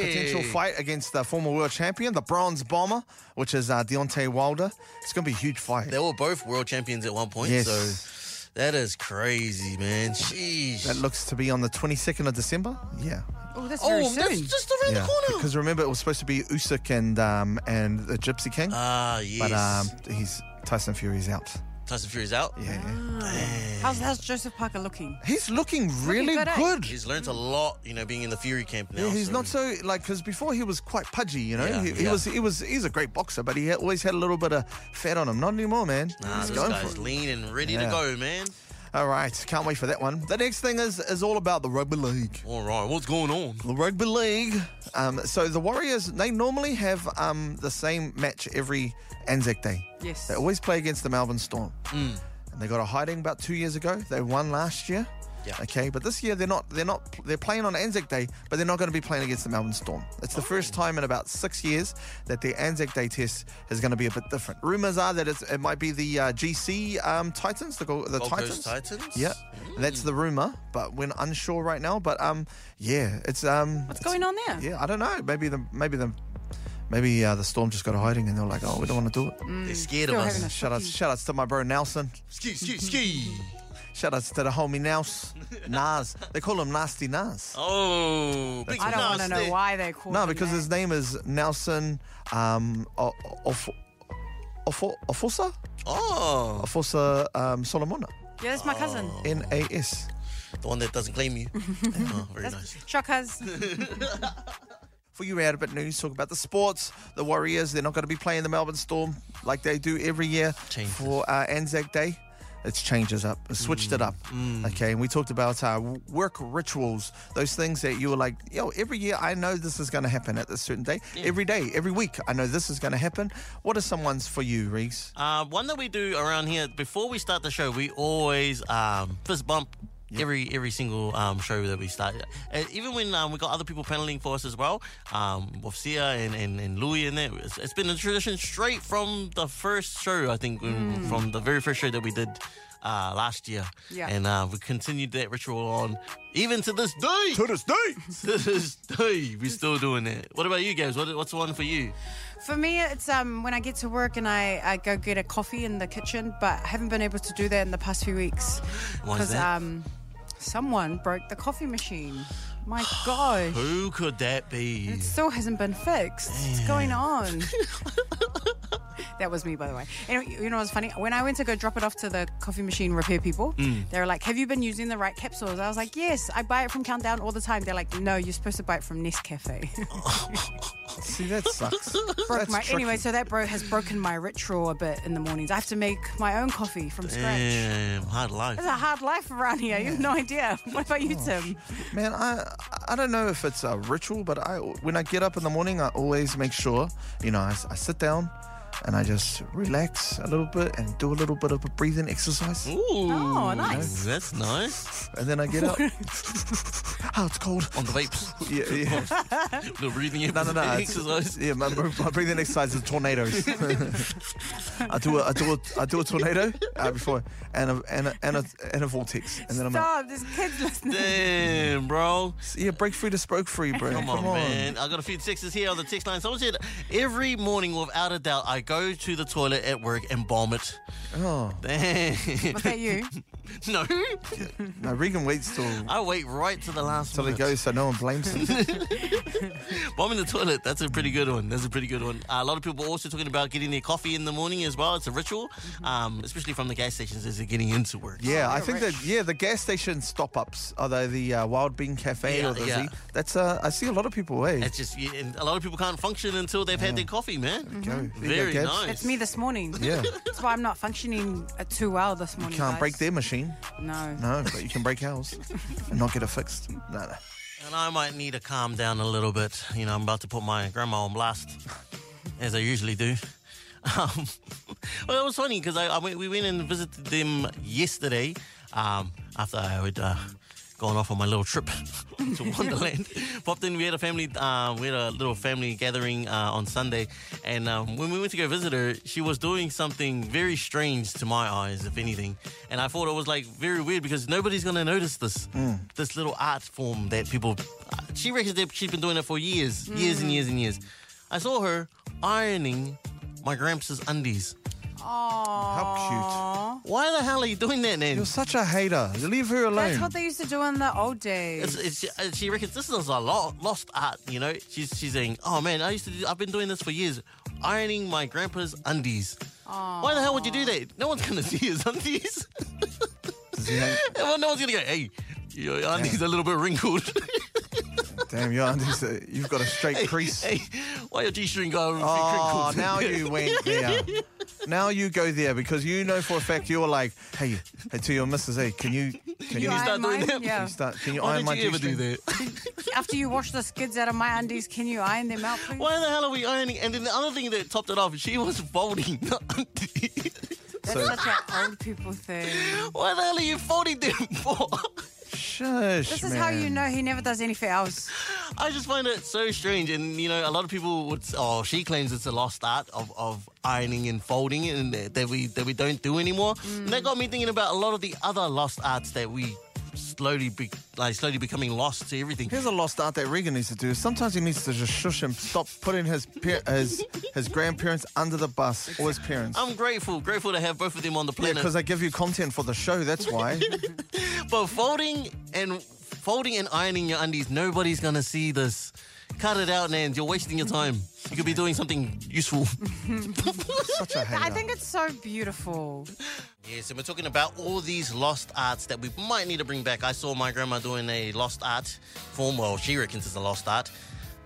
Speaker 2: potential
Speaker 4: red.
Speaker 2: fight against the former world champion, the Bronze Bomber, which is uh, Deontay Wilder. It's going to be a huge fight.
Speaker 4: They were both world champions at one point.
Speaker 2: Yes.
Speaker 4: So that is crazy, man. Jeez.
Speaker 2: That looks to be on the 22nd of December. Yeah.
Speaker 3: Oh, that's very
Speaker 4: oh, that's
Speaker 3: soon.
Speaker 4: just around
Speaker 2: Yeah.
Speaker 4: the corner.
Speaker 2: Because remember, it was supposed to be Usyk and um, and the Gypsy King,
Speaker 4: Ah, yes.
Speaker 2: but um, he's Tyson Fury's out.
Speaker 4: Tyson Fury's out.
Speaker 2: Yeah,
Speaker 4: Ah.
Speaker 2: yeah.
Speaker 3: How's, how's Joseph Parker looking?
Speaker 2: He's looking really
Speaker 3: good, eh?
Speaker 2: good.
Speaker 4: He's learnt a lot, you know, being in the Fury camp now.
Speaker 2: Yeah, he's
Speaker 4: so-
Speaker 2: not so like because before he was quite pudgy, you know.
Speaker 4: Yeah,
Speaker 2: he, he
Speaker 4: yeah.
Speaker 2: was he was he's a great boxer, but he had- always had a little bit of fat on him. Not anymore, man.
Speaker 4: Nah,
Speaker 2: he's
Speaker 4: this
Speaker 2: going for
Speaker 4: guy's
Speaker 2: it.
Speaker 4: lean and ready to
Speaker 2: Yeah.
Speaker 4: go, man.
Speaker 2: All right, can't wait for that one. The next thing is is all about the rugby league.
Speaker 4: All right, what's going on?
Speaker 2: The rugby league. Um, so the Warriors they normally have um, the same match every Anzac Day.
Speaker 3: Yes.
Speaker 2: They always play against the Melbourne Storm.
Speaker 4: Mm.
Speaker 2: And they got a hiding about two years ago. They won last year.
Speaker 4: Yeah.
Speaker 2: Okay, but this year they're not. They're not. They're playing on Anzac Day, but they're not going to be playing against the Melbourne Storm. It's the first time in about six years that the Anzac Day test is going to be a bit different. Rumors are that it's, it might be the uh, GC um, Titans, the, Gol- the
Speaker 4: Gold
Speaker 2: Titans.
Speaker 4: Coast Titans?
Speaker 2: Yeah, that's the rumor, but we're unsure right now. But um, yeah, it's um,
Speaker 3: What's going on there?
Speaker 2: yeah, I don't know. Maybe the maybe the maybe uh, the storm just got a hiding, and they're like, oh, we don't want to do it.
Speaker 4: They're scared
Speaker 3: Mm, Still
Speaker 4: of
Speaker 3: having
Speaker 4: us.
Speaker 3: a
Speaker 2: Shout outs, shout outs to my bro Nelson.
Speaker 4: Ski, ski, ski.
Speaker 2: Shout outs to the homie Nels, Nas. They call him Nasty Nas.
Speaker 4: Oh, big
Speaker 3: I don't want to
Speaker 4: nasty.
Speaker 3: know why they called
Speaker 2: no,
Speaker 3: him
Speaker 2: because
Speaker 3: that.
Speaker 2: his name is Nelson um, O- Of- Of- Ofosa?
Speaker 4: Oh,
Speaker 2: Ofosa um, Solomona.
Speaker 3: Yeah, that's my cousin.
Speaker 2: N A S.
Speaker 4: the one that doesn't claim you. oh, very nice.
Speaker 3: Shockers.
Speaker 2: For you out of it news, talk about the sports, the Warriors. They're not going to be playing the Melbourne Storm like they do every year
Speaker 4: Changes.
Speaker 2: for uh, Anzac Day. It's changes up, it's switched it up. Okay, and we talked about uh, w- work rituals, those things that you were like, yo, every year I know this is going to happen at this certain day. Every day, every week, I know this is going to happen. What are some ones for you, Reese?
Speaker 4: Uh, one that we do around here before we start the show, we always um, fist bump every every single um, show that we start. Uh, even when um, we got other people paneling for us as well, um, with Sia and, and, and Louis and that, it's, it's been a tradition straight from the first show. I think when, from the very first show that we did. Uh, last year,
Speaker 3: Hmm. Yeah.
Speaker 4: and uh, we continued that ritual on even to this day. To
Speaker 2: this day!
Speaker 4: this day, we're still doing that. What about you guys? What, what's the one for you?
Speaker 3: For me, it's um, when I get to work and I, I go get a coffee in the kitchen, but I haven't been able to do that in the past few weeks.
Speaker 4: Why is
Speaker 3: Because
Speaker 4: that?
Speaker 3: um, someone broke the coffee machine. My gosh.
Speaker 4: Who could that be?
Speaker 3: It still hasn't been fixed. What's going on? that was me, by the way. And you know what's funny? When I went to go drop it off to the coffee machine repair people, they were like, "Have you been using the right capsules?" I was like, "Yes, I buy it from Countdown all the time." They're like, "No, you're supposed to buy it from Nescafe."
Speaker 2: See, that sucks.
Speaker 3: Broke
Speaker 2: That's
Speaker 3: my
Speaker 2: tricky.
Speaker 3: anyway, so that bro has broken my ritual a bit in the mornings. I have to make my own coffee from scratch.
Speaker 4: Damn, hard life.
Speaker 3: It's a hard life around here. You have no idea. What about you, Tim?
Speaker 2: Man, I I don't know if it's a ritual, but I when I get up in the morning, I always make sure, you know, I, I sit down and I just relax a little bit and do a little bit of a breathing exercise,
Speaker 4: Ooh, oh,
Speaker 3: nice.
Speaker 4: That's nice.
Speaker 2: and then I get up. oh, it's cold.
Speaker 4: On the vapes,
Speaker 2: Yeah, yeah.
Speaker 4: the breathing
Speaker 2: No, no, no. it's-
Speaker 4: exercise.
Speaker 2: yeah, my, my breathing exercise is tornadoes. I do a I do a I do a tornado uh, before and a and a, and a and a vortex, and then I'm out.
Speaker 3: Stop, there's kids listening.
Speaker 4: Damn, bro.
Speaker 2: Yeah, break free to spoke free, bro.
Speaker 4: Come on, man. I got a few texts here on the text line. Someone said, every morning, without a doubt, I go to the toilet at work and bomb it.
Speaker 2: Oh
Speaker 4: Damn.
Speaker 3: Was that you?
Speaker 4: no.
Speaker 2: no, Regan waits till
Speaker 4: I wait right to the last
Speaker 2: till he
Speaker 4: minute.
Speaker 2: goes, so no one blames him.
Speaker 4: Bomb in the toilet. That's a pretty good one. That's a pretty good one. Uh, a lot of people also talking about getting their coffee in the morning as well. It's a ritual, um, especially from the gas stations as they're getting into work.
Speaker 2: Yeah, I
Speaker 3: Oh, you're
Speaker 2: think
Speaker 3: rich.
Speaker 2: that yeah the gas station stop ups, are they the uh, Wild Bean Cafe
Speaker 4: Yeah,
Speaker 2: or the
Speaker 4: yeah.
Speaker 2: Z? That's uh, I see a lot of people. Hey,
Speaker 4: It's just you- and a lot of people can't function until they've had their coffee, man. Mm-hmm.
Speaker 2: go. There you go,
Speaker 4: Very
Speaker 2: Gabs.
Speaker 4: nice.
Speaker 3: It's me this morning.
Speaker 2: yeah,
Speaker 3: That's why I'm not functioning uh, too well this morning.
Speaker 2: can't
Speaker 3: guys.
Speaker 2: break their machine.
Speaker 3: No.
Speaker 2: No, but you can break ours and not get it fixed. No, no.
Speaker 4: And I might need to calm down a little bit. You know, I'm about to put my grandma on blast, as I usually do. Um, well, it was funny because I, I went, we went and visited them yesterday um, after I had uh, gone off on my little trip to Wonderland. Popped in, we had a family, uh, we had a little family gathering uh, on Sunday, and um, when we went to go visit her, she was doing something very strange to my eyes, if anything. And I thought it was like very weird because nobody's going to notice this this little art form that people. She reckons that she's been doing it for years, years and years and years. I saw her ironing my gramps' undies.
Speaker 2: How cute!
Speaker 4: Why the hell are you doing that, Nan?
Speaker 2: You're such a hater. Leave her alone.
Speaker 3: That's what they used to do in the old days.
Speaker 4: It's, it's, uh, she reckons this is a lo- lost art, you know. She's she's saying, "Oh man, I used to. Do, I've been doing this for years, ironing my grandpa's undies. Why the hell would you do that? No one's gonna see his undies.
Speaker 2: Does he hate-
Speaker 4: well, no one's gonna go, hey, your undies are a little bit wrinkled.
Speaker 2: Damn, your auntie's, uh, you've got a straight crease.
Speaker 4: hey, why your g-string got a few
Speaker 2: Oh,
Speaker 4: crinkles?
Speaker 2: now you went there. Now you go there because you know for a fact you're like, hey, hey to your missus, hey, can you can you,
Speaker 4: You
Speaker 2: start,
Speaker 4: start
Speaker 3: iron
Speaker 4: doing
Speaker 3: mine?
Speaker 4: that?
Speaker 3: Yeah.
Speaker 2: you start can you
Speaker 4: Why
Speaker 2: iron my
Speaker 4: did you ever do
Speaker 2: G-string?
Speaker 4: that?
Speaker 3: After you wash the skids out of my undies, can you iron them out, please?
Speaker 4: Why the hell are we ironing? And then the other thing that topped it off, she was folding the undies.
Speaker 3: That's
Speaker 2: So-
Speaker 3: such an old people thing.
Speaker 4: Why the hell are you folding them for?
Speaker 2: Shush,
Speaker 3: This is how you
Speaker 2: man.
Speaker 3: know he never does anything else.
Speaker 4: I just find it so strange, and you know, a lot of people would. Oh, she claims it's a lost art of, of ironing and folding, and that that we that we don't do anymore. And that got me thinking about a lot of the other lost arts that we slowly be, like slowly becoming lost to everything.
Speaker 2: Here's a lost art that Regan needs to do. Sometimes he needs to just shush and stop putting his par- his his grandparents under the bus or his parents.
Speaker 4: I'm grateful, grateful to have both of them on the
Speaker 2: yeah,
Speaker 4: planet.
Speaker 2: because they give you content for the show. That's why.
Speaker 4: but folding and folding and ironing your undies, nobody's gonna see this. Cut it out, Nans. You're wasting your time. You could be doing something useful.
Speaker 2: Such a hater.
Speaker 3: I think it's so beautiful.
Speaker 4: Yes, and we're talking about all these lost arts that we might need to bring back. I saw my grandma doing a lost art form. Well, she reckons it's a lost art.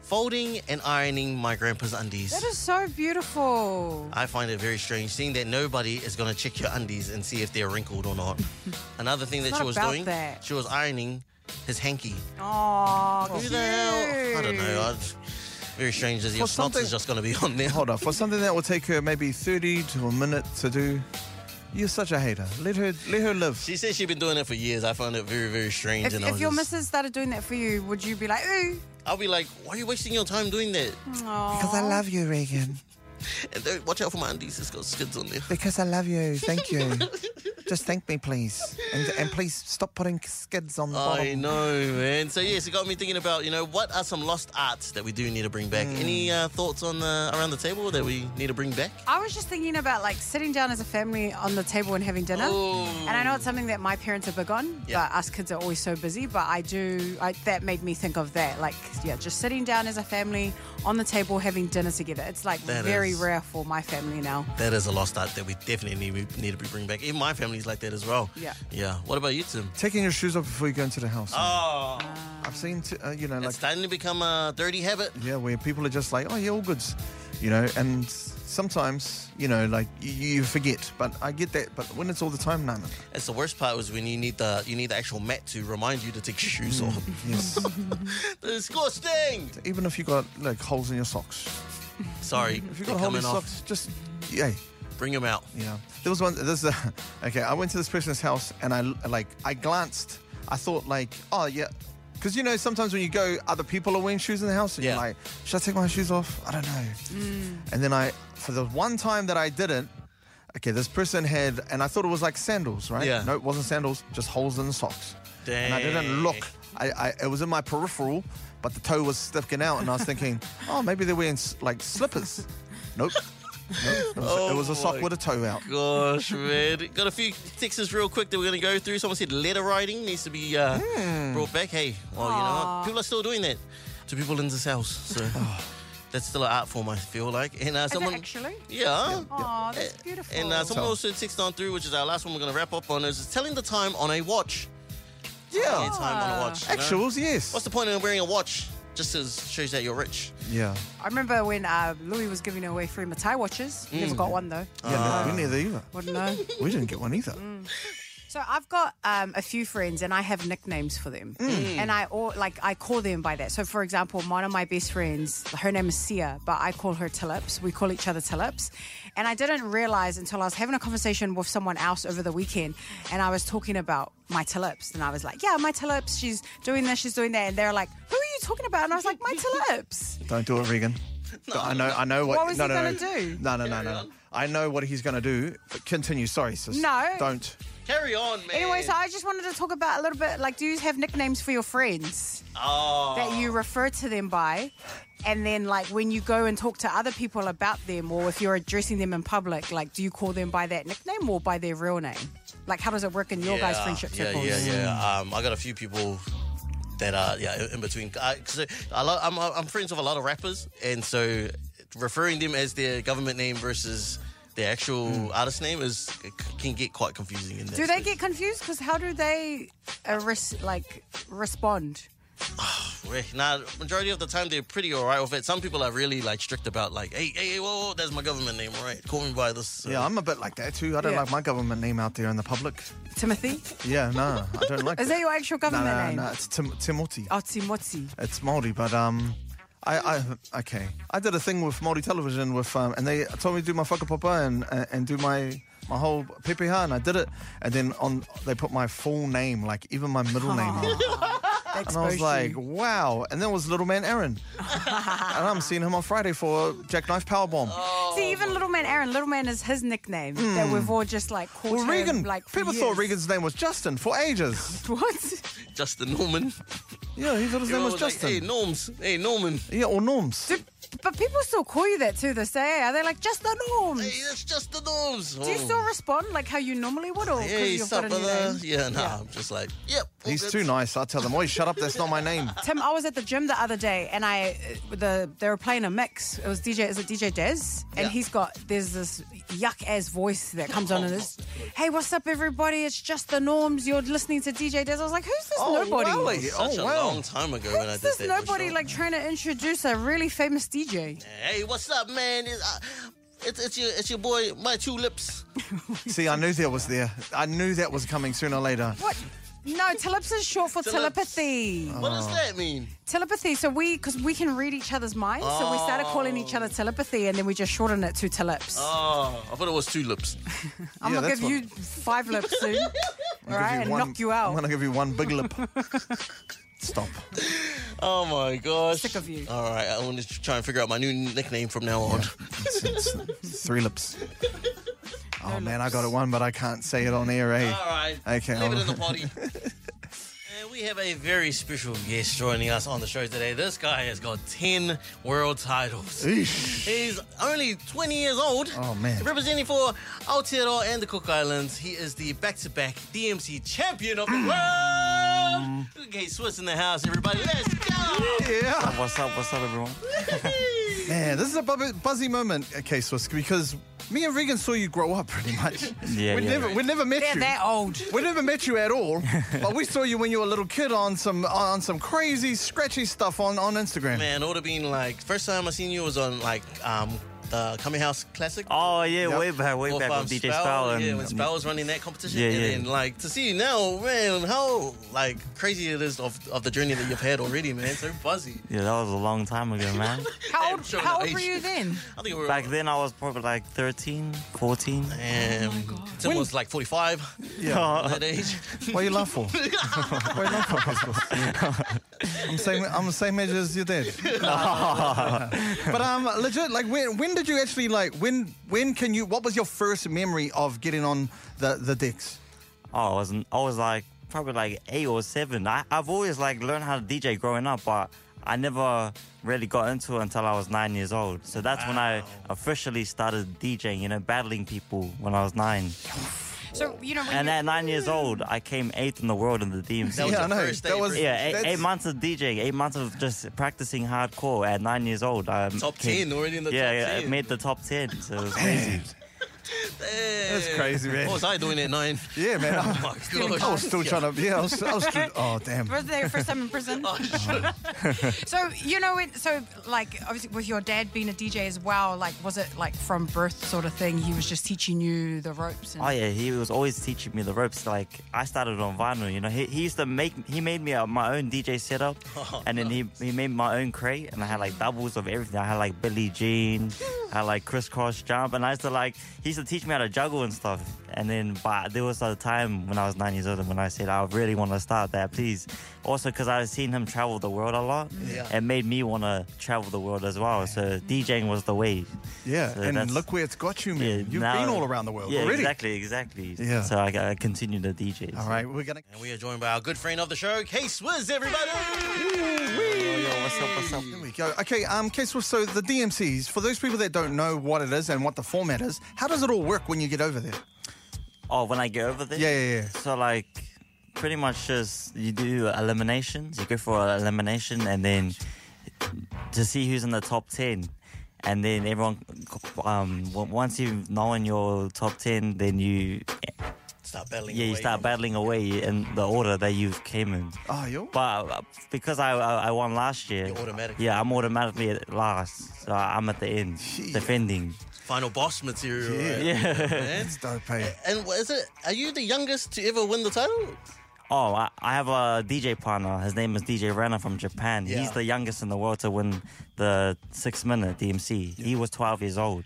Speaker 4: Folding and ironing my grandpa's undies.
Speaker 3: That is so beautiful.
Speaker 4: I find it very strange seeing that nobody is going to check your undies and see if they're wrinkled or not. Another thing that
Speaker 3: It's
Speaker 4: she
Speaker 3: not
Speaker 4: was
Speaker 3: about
Speaker 4: doing,
Speaker 3: that.
Speaker 4: she was ironing his hanky.
Speaker 3: Oh,
Speaker 4: Who the hell? I don't know. I, very strange. Your
Speaker 2: Well,
Speaker 4: snot
Speaker 2: something-
Speaker 4: is just going to be on there.
Speaker 2: Hold on, for something that will take her maybe 30 to a minute to do, you're such a hater. Let her let her live.
Speaker 4: She says she's been doing it for years. I find it very, very strange.
Speaker 3: If,
Speaker 4: and I
Speaker 3: if
Speaker 4: was
Speaker 3: your
Speaker 4: just-
Speaker 3: missus started doing that for you, would you be like, ooh?
Speaker 4: I'll be like, why are you wasting your time doing that?
Speaker 2: Because I love you, Regan.
Speaker 4: And don't- watch out for my undies. It's got skids on there.
Speaker 2: Because I love you. Thank you. Just thank me, please. And, and please stop putting skids on the
Speaker 4: I know, man. So yes, it got me thinking about you know what are some lost arts that we do need to bring back. Any uh, thoughts on the around the table that we need to bring back?
Speaker 3: I was just thinking about like sitting down as a family on the table and having dinner. And I know it's something that my parents are big on,
Speaker 4: Yeah.
Speaker 3: but us kids are always so busy. But I do, I, that made me think of that. Like, yeah, just sitting down as a family on the table having dinner together. It's like
Speaker 4: That
Speaker 3: very
Speaker 4: is-
Speaker 3: rare for my family now.
Speaker 4: That is a lost art that we definitely need, need to be bringing back. Even my family's like that as well.
Speaker 3: Yeah.
Speaker 4: Yeah. What about you, Tim?
Speaker 2: Taking your shoes off before you go into the house.
Speaker 4: Oh,
Speaker 2: I've seen, t- uh, you know, like,
Speaker 4: it's starting to become a dirty habit.
Speaker 2: yeah, where people are just like, oh, yeah, all goods, you know, and s- sometimes, you know, like, you, you forget. But I get that. But when it's all the time, no, no.
Speaker 4: That's the worst part was when you need the you need the actual mat to remind you to take your shoes off.
Speaker 2: Mm. Yes.
Speaker 4: Disgusting.
Speaker 2: Even if you got, like, holes in your socks.
Speaker 4: Sorry,
Speaker 2: If you
Speaker 4: they're
Speaker 2: got holes in
Speaker 4: coming
Speaker 2: your
Speaker 4: off.
Speaker 2: socks, just, yeah.
Speaker 4: Bring them out.
Speaker 2: Yeah, there was one. There's a okay. I went to this person's house and I like I glanced. I thought like, oh yeah, because you know sometimes when you go, other people are wearing shoes in the house, and
Speaker 4: Yeah.
Speaker 2: you're like, should I take my shoes off? I don't know. And then I, for the one time that I didn't, okay, this person had, and I thought it was like sandals, right?
Speaker 4: Yeah.
Speaker 2: No, it wasn't sandals, just holes in the socks. And I didn't look. I, I it was in my peripheral, but the toe was sticking out, and I was thinking, oh, maybe they're wearing s- like slippers. Nope. Nope. It was, it was
Speaker 4: Oh
Speaker 2: a sock
Speaker 4: my
Speaker 2: with a toe out.
Speaker 4: Gosh, man. Got a few texts real quick that we're going to go through. Someone said letter writing needs to be uh, brought back. Hey, well, you know
Speaker 3: Hmm. Aw. Oh.
Speaker 4: what? People are still doing that to people in this house. So that's still an art form, I feel like. And uh,
Speaker 3: Is it
Speaker 4: someone.
Speaker 3: actually?
Speaker 4: Yeah.
Speaker 3: Oh, that's
Speaker 4: Uh,
Speaker 3: beautiful.
Speaker 4: And uh, someone
Speaker 2: So-
Speaker 4: also texted on through, which is our last one we're going to wrap up on, is telling the time on a watch. Yeah,
Speaker 2: Yeah.
Speaker 4: time on a watch. you know?
Speaker 2: Actuals, yes.
Speaker 4: What's the point of wearing a watch? Just to shows that you're rich.
Speaker 2: yeah.
Speaker 3: I remember when uh, Louis was giving away free Matai watches. Never
Speaker 4: Mm.
Speaker 3: got one though.
Speaker 4: Uh.
Speaker 2: Yeah,
Speaker 4: Ah.
Speaker 2: no, we neither either.
Speaker 3: Wouldn't know.
Speaker 2: We didn't get one either.
Speaker 4: Mm.
Speaker 3: So I've got um, a few friends, and I have nicknames for them, and I all like I call them by that. So, for example, one of my best friends, her name is Sia, but I call her Tillips. We call each other Tillips, and I didn't realize until I was having a conversation with someone else over the weekend, and I was talking about my Tillips, and I was like, "Yeah, my Tillips, she's doing this, she's doing that," and they're like, "Who are you talking about?" And I was like, "My Tillips."
Speaker 2: Don't do it, Regan. I know. I know what.
Speaker 3: What was
Speaker 2: no,
Speaker 3: he
Speaker 2: no, no.
Speaker 3: gonna do?
Speaker 2: No, no, no, no. no. I know what he's gonna do. But continue. Sorry, sis.
Speaker 3: No.
Speaker 2: Don't.
Speaker 4: Carry on, man.
Speaker 3: Anyway, so I just wanted to talk about a little bit like, do you have nicknames for your friends?
Speaker 4: Oh.
Speaker 3: that you refer to them by and then like when you go and talk to other people about them or if you're addressing them in public like do you call them by that nickname or by their real name like how does it work in your guys friendship
Speaker 4: yeah,
Speaker 3: circles Mm.
Speaker 4: Yeah, yeah, Um, I got a few people that are yeah in- in between. I, cause I lo- I'm, I'm friends with a lot of rappers, and so referring them as their government name versus their actual artist name is can get quite confusing. In that
Speaker 3: Mm. do they
Speaker 4: sense.
Speaker 3: get confused because how do they uh, res- like respond
Speaker 4: Weh, Nah, majority of the time they're pretty alright with it. Some people are really like strict about like, hey, hey, hey, whoa, whoa, that's my government name, all right? Call me by this. uh,
Speaker 2: Yeah, I'm a bit like that too. I don't
Speaker 3: Yeah.
Speaker 2: like my government name out there in the public.
Speaker 3: timothy
Speaker 2: Yeah, no, I don't like.
Speaker 3: is
Speaker 2: it.
Speaker 3: that your actual
Speaker 2: No,
Speaker 3: government
Speaker 2: no,
Speaker 3: name
Speaker 2: no. It's Tim- Timothy.
Speaker 3: oh timothy
Speaker 2: It's Maori, but um, I, I okay. I did a thing with Maori television with um, and they told me to do my whakapapa and uh, and do my my whole pepeha, and I did it. And then on they put my full name, like even my middle name. on it.
Speaker 3: They
Speaker 2: And I was
Speaker 3: expose
Speaker 2: like,
Speaker 3: you.
Speaker 2: wow. And then was Little Man Aaron. and I'm seeing him on Friday for Jackknife Powerbomb.
Speaker 3: see
Speaker 2: Oh.
Speaker 3: even little man aaron little man is his nickname that we've all just like called
Speaker 2: Hmm. well,
Speaker 3: him,
Speaker 2: Regan,
Speaker 3: like for
Speaker 2: people thought
Speaker 3: years.
Speaker 2: Regan's name was Justin for ages.
Speaker 3: what
Speaker 4: Justin Norman.
Speaker 2: Yeah, he thought his name
Speaker 4: Everyone
Speaker 2: was
Speaker 4: like,
Speaker 2: Justin.
Speaker 4: hey, Norms. Hey, Norman.
Speaker 2: yeah, or Norms.
Speaker 3: But people still call you that to this day. Are they like just the norm?
Speaker 4: Hey, that's just the Norms. Oh.
Speaker 3: Do
Speaker 2: oh.
Speaker 3: you still respond like how you normally would, or because
Speaker 4: Hey,
Speaker 3: you've
Speaker 4: sup,
Speaker 3: got a new
Speaker 4: brother?
Speaker 3: name?
Speaker 4: Yeah, nah, I'm just like, yep. all
Speaker 2: He's
Speaker 4: good.
Speaker 2: too nice. I tell them, oi, shut up, that's not my name.
Speaker 3: Tim, I was at the gym the other day, and I uh, the they were playing a mix. It was DJ, is it DJ Dez? And
Speaker 4: Yeah.
Speaker 3: he's got there's this yuck ass voice that comes on and
Speaker 2: Oh,
Speaker 3: it's, hey, what's up, everybody? It's just the norms. You're listening to DJ Dez. I was like, who's this
Speaker 2: Oh,
Speaker 3: nobody?
Speaker 2: really?
Speaker 4: Such
Speaker 2: Oh,
Speaker 4: a
Speaker 2: wow.
Speaker 4: long time ago when I
Speaker 3: Who's
Speaker 4: did
Speaker 3: this
Speaker 4: that. for
Speaker 3: nobody
Speaker 4: sure.
Speaker 3: like trying to introduce a really famous DJ?
Speaker 4: hey, what's up, man? It's, uh, it's, it's your it's your boy, my two lips.
Speaker 2: See, I knew that was there. I knew that was coming sooner or later.
Speaker 3: What? No, Telips is short for
Speaker 4: Telips.
Speaker 3: telepathy.
Speaker 4: What does that mean?
Speaker 3: Telepathy. So we, because we can read each other's minds, so we started calling each other telepathy, and then we just shortened it to telips.
Speaker 4: Oh, I thought it was two lips.
Speaker 3: I'm
Speaker 2: yeah,
Speaker 3: gonna
Speaker 2: that's
Speaker 3: give you five lips soon, all
Speaker 2: Give
Speaker 3: right,
Speaker 2: you
Speaker 3: and
Speaker 2: one-
Speaker 3: knock you out.
Speaker 2: I'm going to give you one big lip. Stop.
Speaker 4: Oh my gosh.
Speaker 3: Sick of you.
Speaker 4: All right, I want to try and figure out my new nickname from now on.
Speaker 2: It's- it's Three lips. Oh, man, I got it one, but I can't say it on air, eh?
Speaker 3: Oh.
Speaker 4: All right.
Speaker 2: Okay,
Speaker 4: Leave it
Speaker 2: I'll-
Speaker 4: in the potty. And we have a very special guest joining us on the show today. This guy has got 10 world titles.
Speaker 2: Eesh.
Speaker 4: He's only 20 years old.
Speaker 2: Oh, man.
Speaker 4: Representing for Aotearoa and the Cook Islands, he is the back-to-back DMC champion of the
Speaker 2: Mm.
Speaker 4: world. Okay, Swiss in the house, everybody. Let's go.
Speaker 2: Yeah.
Speaker 5: What's up? What's up, everyone?
Speaker 2: Man, this is a bu- buzzy moment, okay, Swiss, because me and Regan saw you grow up pretty much.
Speaker 5: Yeah,
Speaker 2: we
Speaker 5: yeah.
Speaker 2: never we never met
Speaker 3: They're
Speaker 2: you.
Speaker 3: that old.
Speaker 2: We never met you at all, but we saw you when you were a little kid on some on some crazy scratchy stuff on, on Instagram.
Speaker 4: Man, it would have been like first time I seen you was on like um the Coming House Classic.
Speaker 5: Oh yeah,
Speaker 2: Yep.
Speaker 5: way back, way
Speaker 4: Or
Speaker 5: back
Speaker 4: from
Speaker 5: with DJ Spell and
Speaker 4: yeah, when Spell was running that competition,
Speaker 5: Yeah,
Speaker 4: and
Speaker 5: yeah.
Speaker 4: then like to see you now, man, how like crazy it is of, of the journey that you've had already, man. So buzzy.
Speaker 5: yeah, that was a long time ago, man.
Speaker 3: How old,
Speaker 4: showing
Speaker 3: how
Speaker 4: the
Speaker 3: old were
Speaker 4: age.
Speaker 3: you then?
Speaker 4: I think we were
Speaker 5: back then, I was probably like 13, 14.
Speaker 4: Um, Tim was like 45
Speaker 5: Yeah.
Speaker 4: that age.
Speaker 2: What you laugh for? what you laugh for, Swiss? I'm the same I'm the same age as your dad. but um legit, like when when did you actually like? When when can you? What was your first memory of getting on the the decks?
Speaker 5: Oh, I was I was like probably like eight or seven. I, I've always like learned how to DJ growing up, but I never really got into it until I was nine years old. So that's when I officially started DJing. You know, battling people when I was nine.
Speaker 3: So you know, when
Speaker 5: And
Speaker 3: you-
Speaker 5: at nine years old, I came eighth in the world in the DMC.
Speaker 4: That was
Speaker 2: Yeah,
Speaker 4: your
Speaker 2: I know.
Speaker 4: first day,
Speaker 2: That was-
Speaker 4: bro.
Speaker 5: Yeah, eight,
Speaker 2: That's-
Speaker 5: eight months of DJing, eight months of just practicing hardcore at nine years old. I
Speaker 4: Top
Speaker 5: came-
Speaker 4: 10 already in the
Speaker 5: yeah,
Speaker 4: top Oh,
Speaker 5: yeah,
Speaker 4: 10.
Speaker 5: I made the top ten, so it was crazy.
Speaker 2: That's crazy, man.
Speaker 4: What was I doing at nine?
Speaker 2: Yeah, man.
Speaker 4: Oh
Speaker 2: I,
Speaker 4: my gosh.
Speaker 2: I was still trying to. Yeah, I was. I was still, oh damn.
Speaker 3: was there for some in prison?
Speaker 4: Oh,
Speaker 3: so you know, it, so like obviously with your dad being a DJ as well, like was it like from birth sort of thing? He was just teaching you the ropes. And,
Speaker 5: Oh yeah, he was always teaching me the ropes. Like I started on vinyl, you know. He, he used to make he made me uh, my own DJ setup, and then he he made my own crate, and I had like doubles of everything. I had like Billie Jean, I had like crisscross jump, and I used to like he used to teach me how to juggle and stuff. And then but there was a time when I was nine years old, and when I said I really want to start that, please. Also because I've seen him travel the world a lot,
Speaker 4: Yeah.
Speaker 5: it made me want to travel the world as well. So DJing was the way.
Speaker 2: Yeah,
Speaker 5: So
Speaker 2: and
Speaker 5: that's-
Speaker 2: look where it's got you, man. You've
Speaker 5: now-
Speaker 2: been all around the world
Speaker 5: yeah,
Speaker 2: already.
Speaker 5: Exactly, exactly.
Speaker 2: Yeah.
Speaker 5: So I, I continue the DJs.
Speaker 2: All right, we're gonna.
Speaker 4: And we are joined by our good friend of the show, Case Swiz, everybody.
Speaker 5: Yo, yo, what's up, what's up?
Speaker 2: Here we go. Okay, um, Case Swift, so the DMCs, for those people that don't know what it is and what the format is, how does it all work when you get over there?
Speaker 5: Oh, when I get over there?
Speaker 2: Yeah, yeah, yeah.
Speaker 5: So, like, pretty much just you do eliminations. You go for an elimination and then to see who's in the top 10. And then everyone, um, w- once you've known your top 10, then you,
Speaker 4: Stop battling.
Speaker 5: yeah, you
Speaker 4: away.
Speaker 5: start battling away in the order that you've came in.
Speaker 2: Oh, yo.
Speaker 5: But uh, because I, I I won last year,
Speaker 4: You're automatic.
Speaker 5: yeah, I'm automatically at last. So I'm at the end, defending.
Speaker 4: Final boss material.
Speaker 2: Yeah.
Speaker 4: right? Man.
Speaker 2: It's dope, eh?
Speaker 4: And what is it? Are you the youngest to ever win the title?
Speaker 5: Oh, I, I have a DJ partner. His name is DJ Rana from Japan.
Speaker 4: Yeah.
Speaker 5: He's the youngest in the world to win the six minute DMC. He was 12 years old.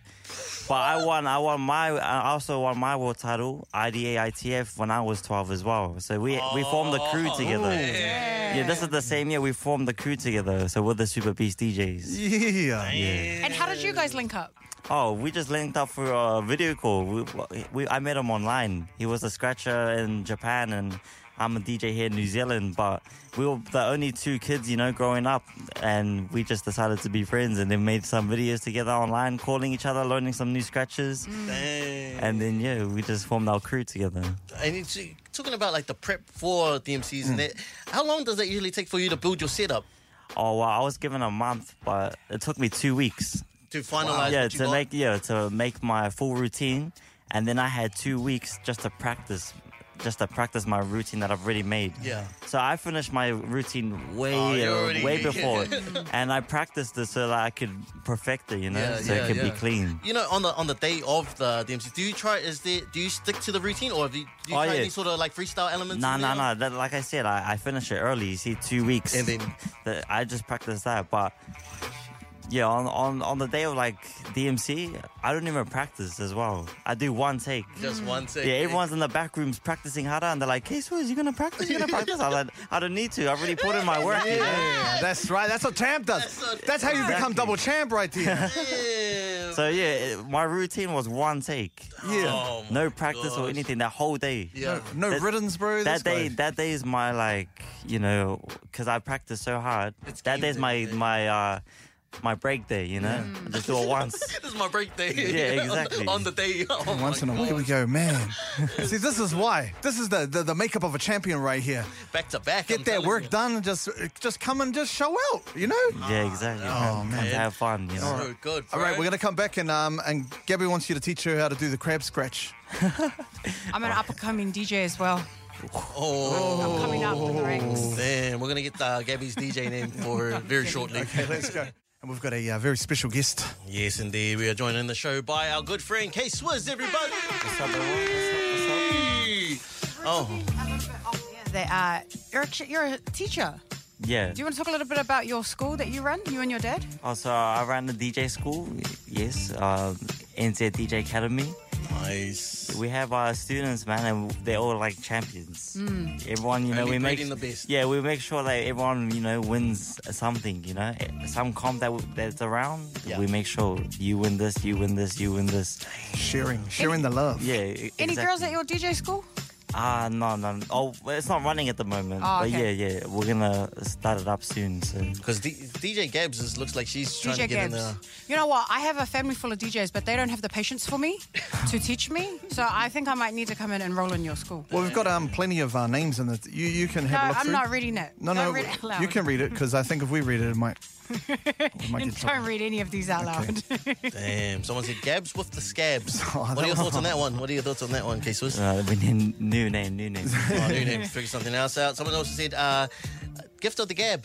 Speaker 5: But I won. I won my. I also won my world title, IDA ITF, when I was 12 as well. So we we formed the
Speaker 4: Oh.
Speaker 5: crew together.
Speaker 4: man.
Speaker 5: Yeah, this is the same year we formed the crew together. So we're the Super Beast DJs.
Speaker 2: Yeah.
Speaker 3: and how did you guys link up?
Speaker 5: Oh, we just linked up for a video call. We, we, I met him online. He was a scratcher in Japan, and I'm a DJ here in New Zealand. But we were the only two kids, you know, growing up, and we just decided to be friends, and then made some videos together online, calling each other, learning some new scratches,
Speaker 4: Mm. Dang.
Speaker 5: and then yeah, we just formed our crew together.
Speaker 4: And it's, uh, talking about like the prep for DMCs and that, how long does that usually take for you to build your setup
Speaker 5: Oh well, I was given a month, but it took me two weeks.
Speaker 4: to finalize?
Speaker 5: yeah,
Speaker 4: what you
Speaker 5: to
Speaker 4: got?
Speaker 5: make yeah to make my full routine, and then I had two weeks just to practice, just to practice my routine that I've already made.
Speaker 4: Yeah.
Speaker 5: So I finished my routine way uh,
Speaker 4: Oh, you already-
Speaker 5: way before, and I practiced it so that I could perfect it, you know,
Speaker 4: Yeah,
Speaker 5: so
Speaker 4: yeah,
Speaker 5: it could be
Speaker 4: yeah.
Speaker 5: clean.
Speaker 4: You know, on the on the day of the DMC, do you try? Is there? Do you stick to the routine, or do you, do you
Speaker 5: Oh,
Speaker 4: try
Speaker 5: yeah.
Speaker 4: any sort of like freestyle elements?
Speaker 5: No,
Speaker 4: in
Speaker 5: no,
Speaker 4: there?
Speaker 5: no. That, like I said, I, I finished it early. You see, two weeks,
Speaker 4: And then-
Speaker 5: that I just practiced that. But yeah, on, on on the day of like DMC, I don't even practice as well. I do one take.
Speaker 4: Just one take.
Speaker 5: Yeah, everyone's in the back rooms practicing harder, and they're like, "Hey, Swiss, you gonna practice? You gonna practice?" I'm like, "I don't need to. I've already put in my work." you know?
Speaker 2: Yeah, that's right. That's what champ does.
Speaker 4: That's what-
Speaker 2: That's how you become
Speaker 5: Exactly.
Speaker 2: double champ right there.
Speaker 4: Yeah.
Speaker 5: So yeah, it, my routine was one take,
Speaker 2: Yeah.
Speaker 4: Oh,
Speaker 5: no practice or
Speaker 4: gosh.
Speaker 5: anything that whole day.
Speaker 4: yeah.
Speaker 2: No
Speaker 5: That-
Speaker 2: riddance, bro.
Speaker 5: That
Speaker 2: This
Speaker 5: day,
Speaker 2: guy.
Speaker 5: that day is my like, you know, because I practiced so hard.
Speaker 4: It's
Speaker 5: that
Speaker 4: game
Speaker 5: day's
Speaker 4: day,
Speaker 5: my
Speaker 4: yeah.
Speaker 5: my uh my break day. You know, just do it once.
Speaker 4: This is my break day.
Speaker 5: Yeah, exactly.
Speaker 4: on the day. Oh
Speaker 2: Once
Speaker 4: my
Speaker 2: in a while, we go, man. See, this is why. This is the, the, the makeup of a champion right here.
Speaker 4: God. back to back.
Speaker 2: Get
Speaker 4: I'm
Speaker 2: that
Speaker 4: telling
Speaker 2: work
Speaker 4: you.
Speaker 2: done and just, just come and just show out, you know?
Speaker 5: yeah, exactly.
Speaker 2: Oh,
Speaker 5: Come
Speaker 2: man.
Speaker 5: to have fun. You know.
Speaker 4: So good.
Speaker 2: All right, we're going to come back and um and Gabby wants you to teach her how to do the crab scratch.
Speaker 3: I'm an up and coming DJ as well.
Speaker 4: Oh,
Speaker 3: Coming up in the
Speaker 2: Oh.
Speaker 3: ranks.
Speaker 4: damn. We're gonna get uh, Gabby's DJ name for very shortly.
Speaker 2: Let's go. And we've got a uh, very special guest.
Speaker 4: Yes, indeed. We are joined in the show by our good friend K Swiz, everybody.
Speaker 5: What's up, everyone? What's up, what's up?
Speaker 4: Oh,
Speaker 3: They are. You're a, ch- you're a teacher.
Speaker 5: Yeah.
Speaker 3: Do you want to talk a little bit about your school that you run? You and your dad.
Speaker 5: Also, I ran the DJ school. Yes, uh, NZ DJ Academy.
Speaker 4: Nice.
Speaker 5: We have our students, man, and they're all like champions.
Speaker 3: Hmm.
Speaker 5: Everyone, you know,
Speaker 4: Only
Speaker 5: we make
Speaker 4: breeding the best.
Speaker 5: Yeah, we make sure that everyone, you know, wins something. You know, some comp that w- that's around,
Speaker 4: Yeah.
Speaker 5: we make sure you win this, you win this, you win this.
Speaker 2: Sharing, sharing the love.
Speaker 5: Yeah. e,
Speaker 3: Any girls at
Speaker 5: exactly.
Speaker 3: your DJ school?
Speaker 5: Ah, no, no. no. Oh, well, it's not running at the moment.
Speaker 3: Oh,
Speaker 5: But
Speaker 3: okay.
Speaker 5: yeah, yeah, we're gonna start it up soon. So
Speaker 4: Because D- DJ Gabs is, looks like she's trying
Speaker 3: DJ
Speaker 4: to get in
Speaker 3: Gabs.
Speaker 4: there.
Speaker 3: You know what? I have a family full of DJs, but they don't have the patience for me to teach me. So I think I might need to come in and enroll in your school.
Speaker 2: Well, we've got um plenty of uh, names in the. You you can
Speaker 3: No,
Speaker 2: have a look
Speaker 3: I'm
Speaker 2: through.
Speaker 3: not reading it.
Speaker 2: No,
Speaker 3: don't
Speaker 2: no,
Speaker 3: read it out loud.
Speaker 2: you can read it because I think if we read it, it might. we might get
Speaker 3: Don't
Speaker 2: trouble.
Speaker 3: read any of these out loud.
Speaker 4: Damn, someone said Gabs with the scabs.
Speaker 2: Oh,
Speaker 4: what
Speaker 2: that
Speaker 4: are your
Speaker 2: one-
Speaker 4: thoughts on that one? What are your thoughts on that one, K-Swiss?
Speaker 5: uh, we need new name, new name.
Speaker 4: Oh, new name. Figure something else out. Someone also said, uh, gift of the gab.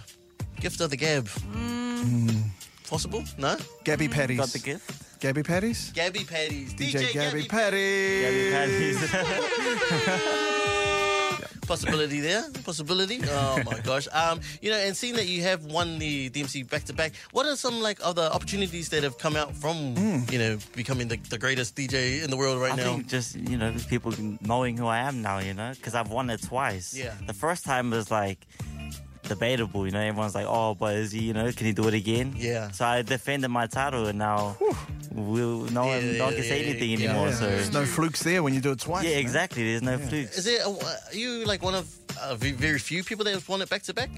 Speaker 4: Gift of the gab.
Speaker 5: Hmm.
Speaker 4: Possible? No?
Speaker 2: Gabby Patties.
Speaker 5: Got the gift.
Speaker 2: Gabby Patties.
Speaker 4: Gabby Patties.
Speaker 2: DJ Gabby
Speaker 4: Patties.
Speaker 2: Patties.
Speaker 4: Possibility there. Possibility. Oh, my gosh. Um, you know, and seeing that you have won the DMC back-to-back, what are some, like, other opportunities that have come out from, you know, becoming the, the greatest DJ in the world right
Speaker 5: Hmm. I
Speaker 4: now?
Speaker 5: think just you know people knowing who I am now, you know, because I've won it twice.
Speaker 4: Yeah.
Speaker 5: The first time was like debatable, you know. Everyone's like, "Oh, but is he? You know, can he do it again?"
Speaker 4: Yeah.
Speaker 5: So I defended my title, and now we'll, no one,
Speaker 4: Yeah,
Speaker 5: no one can
Speaker 4: yeah,
Speaker 5: say
Speaker 4: yeah,
Speaker 5: anything
Speaker 4: yeah.
Speaker 5: anymore.
Speaker 2: Yeah,
Speaker 5: So
Speaker 2: there's no flukes there when you do it twice.
Speaker 5: yeah,
Speaker 2: man.
Speaker 5: exactly. There's no flukes.
Speaker 4: Is it? A, are you like one of uh, ve- very few people that have won it back to back?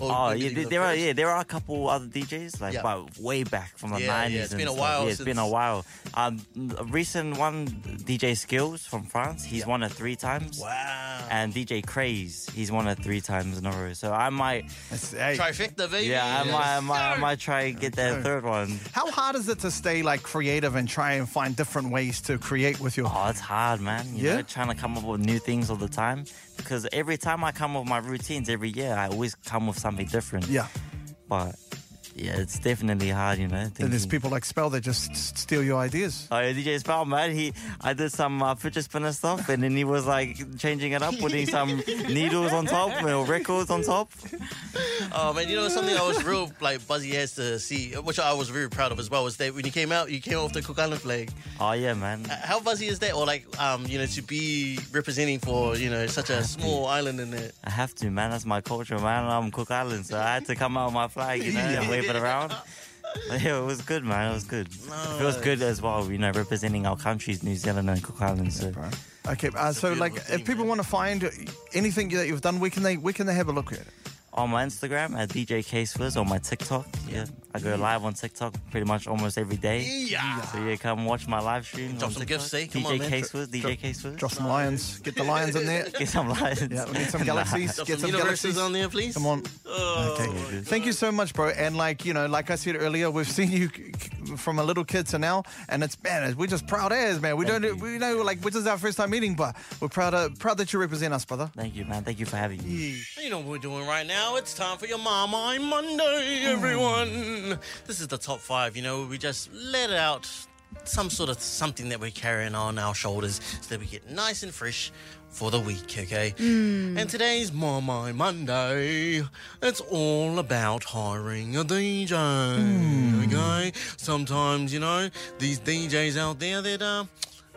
Speaker 4: Or
Speaker 5: Oh
Speaker 4: you
Speaker 5: yeah,
Speaker 4: believe
Speaker 5: there,
Speaker 4: the
Speaker 5: there are
Speaker 4: first?
Speaker 5: yeah there are a couple other DJs like
Speaker 4: Yeah.
Speaker 5: but way back from the
Speaker 4: Yeah, yeah,
Speaker 5: nineties.
Speaker 4: it's been a while
Speaker 5: Yeah, it's been a
Speaker 4: since-
Speaker 5: while. Um, a recent one, DJ Skills from France. He's won it three times.
Speaker 4: Wow.
Speaker 5: and DJ Craze. He's won it three times in a row. So I might,
Speaker 2: That's- hey,
Speaker 4: Trifecta, baby.
Speaker 5: yeah, I
Speaker 4: Yes.
Speaker 5: might, I might, I might try and get that
Speaker 2: Sure.
Speaker 5: third one.
Speaker 2: How hard is it to stay like creative and try and find different ways to create with your?
Speaker 5: Oh, it's hard, man. You
Speaker 2: Yeah?
Speaker 5: know, trying to come up with new things all the time because every time I come up with my routines every year, I always come with something different.
Speaker 2: Yeah.
Speaker 5: But yeah, it's definitely hard, you know.
Speaker 2: Then there's
Speaker 5: thinking-
Speaker 2: people like Spell that just s- steal your ideas.
Speaker 5: Oh, yeah, DJ Spell, man. He, I did some uh, fidget spinner stuff, and then he was like changing it up, putting some needles on top or records on top.
Speaker 4: Oh man, you know something I was real like buzzy as to see, which I was very proud of as well, was that when you came out, you came off the Cook Island flag.
Speaker 5: Oh yeah, man.
Speaker 4: How buzzy is that? Or like, um, you know, to be representing for you know such a small island in it.
Speaker 5: I have to, man. That's my culture, man. I'm Cook Island, so I had to come out with my flag, you know, and wave it around. But yeah, it was good, man. It was good. It feels good as well, you know, representing our countries, New Zealand and Cook Island. So
Speaker 2: Okay, uh, so
Speaker 4: beautiful
Speaker 2: like
Speaker 4: thing,
Speaker 2: if people
Speaker 4: man.
Speaker 2: want to find anything that you've done, where can they where can they have a look at it?
Speaker 5: on my Instagram at DJ K Swiss, on my TikTok, yeah, I go live on TikTok pretty much almost every day.
Speaker 4: Yeah.
Speaker 5: So yeah, come watch my live stream.
Speaker 4: Drop
Speaker 5: on
Speaker 4: some
Speaker 5: TikTok.
Speaker 4: gifts, eh? Come on,
Speaker 5: DJ
Speaker 4: man.
Speaker 5: K Swiss, DJ K Swiss.
Speaker 2: Drop some lions, get the lions in there.
Speaker 5: Get some license.
Speaker 2: Yeah, we need some galaxies.
Speaker 4: Stuff
Speaker 2: Get
Speaker 4: some
Speaker 2: some
Speaker 4: universes
Speaker 2: galaxies
Speaker 4: on there, please.
Speaker 2: Come on.
Speaker 5: Yeah,
Speaker 2: Okay. Thank you so much, bro. And like you know, like I said earlier, we've seen you c- c- from a little kid to now, and it's man, we're just proud as man. We
Speaker 5: Thank
Speaker 2: don't,
Speaker 5: you.
Speaker 2: we know, like this is our first time meeting, but we're proud of, proud that you represent us, brother.
Speaker 5: Thank you, man. Thank you for having me.
Speaker 4: You know what we're doing right now? It's time for your Mama on Monday, everyone. This is the top five. You know, we just let out some sort of something that we're carrying on our shoulders so that we get nice and fresh for the week, okay?
Speaker 2: Hmm.
Speaker 4: And today's Mama Monday, it's all about hiring a DJ,
Speaker 2: Hmm.
Speaker 4: okay? Sometimes, you know, these DJs out there that are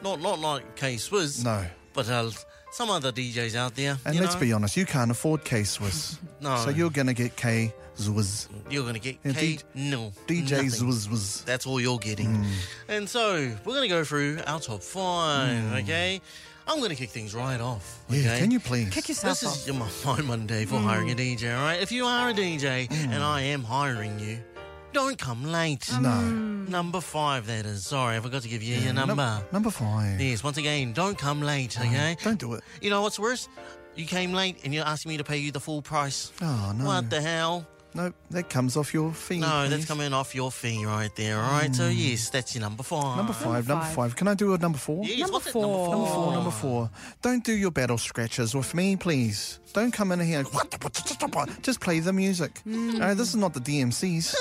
Speaker 4: not, not like K Swizz,
Speaker 2: No,
Speaker 4: but uh, some other DJs out there.
Speaker 2: and
Speaker 4: you
Speaker 2: let's
Speaker 4: know?
Speaker 2: be honest, you can't afford K Swiss,
Speaker 4: No.
Speaker 2: so you're gonna get K Zwizz,
Speaker 4: You're gonna get
Speaker 2: Yeah,
Speaker 4: K
Speaker 2: D- Mm.
Speaker 4: no
Speaker 2: DJ
Speaker 4: nothing.
Speaker 2: Zwizz Wizz.
Speaker 4: That's all you're getting. And so we're gonna go through our top five. Okay, I'm gonna kick things right off. Okay?
Speaker 2: Mm. Yeah, can you Mm. please?
Speaker 3: Kick yourself
Speaker 4: This
Speaker 3: off.
Speaker 4: is your my, my Monday for hiring a DJ. All right, if you are a DJ and I am hiring you, don't come late.
Speaker 2: Mm. No,
Speaker 4: Number five, that is. Sorry, I forgot to give you your
Speaker 2: Num-
Speaker 4: number.
Speaker 2: number five.
Speaker 4: yes, once again, don't come late. Okay.
Speaker 2: Don't do it.
Speaker 4: You know what's worse? You came late and you're asking me to pay you the full price.
Speaker 2: Oh no,
Speaker 4: What the hell?
Speaker 2: no, that comes off your feet.
Speaker 4: No, that's
Speaker 2: please.
Speaker 4: coming off your fee right there. All right, so yes, that's your number five.
Speaker 2: Mm. Number five, number
Speaker 3: five.
Speaker 2: five. Can I do a number four?
Speaker 4: Yes,
Speaker 3: Number
Speaker 4: what's it?
Speaker 3: four.
Speaker 2: Number four, number four. Don't do your battle scratches with me, please. Hmm. Uh, Don't come in here. Just play the music. No, this is not the DMCs.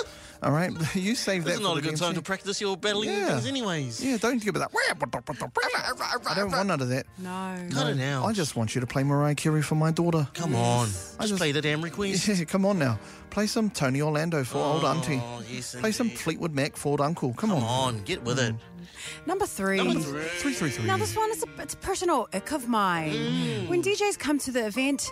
Speaker 2: All right, you save that.
Speaker 4: This is
Speaker 2: for
Speaker 4: not
Speaker 2: the
Speaker 4: a good
Speaker 2: DMC.
Speaker 4: time to practice your battling
Speaker 2: Yeah.
Speaker 4: things, anyways.
Speaker 2: Yeah, don't give it that. I don't want none of that.
Speaker 3: No.
Speaker 4: Cut it out.
Speaker 2: I just want you to play Mariah Carey for my daughter.
Speaker 4: Come on. Just,
Speaker 2: just-
Speaker 4: play the damn request.
Speaker 2: Yeah, come on now. Play some Tony Orlando for old
Speaker 4: Oh,
Speaker 2: auntie.
Speaker 4: yes,
Speaker 2: Play some Mm.
Speaker 4: indeed.
Speaker 2: Fleetwood Mac for old uncle. Come,
Speaker 4: Come on, get with it.
Speaker 3: Number three.
Speaker 2: Three three three.
Speaker 3: Now, this one is a, it's a personal ick of mine.
Speaker 4: Mm.
Speaker 3: When DJs come to the event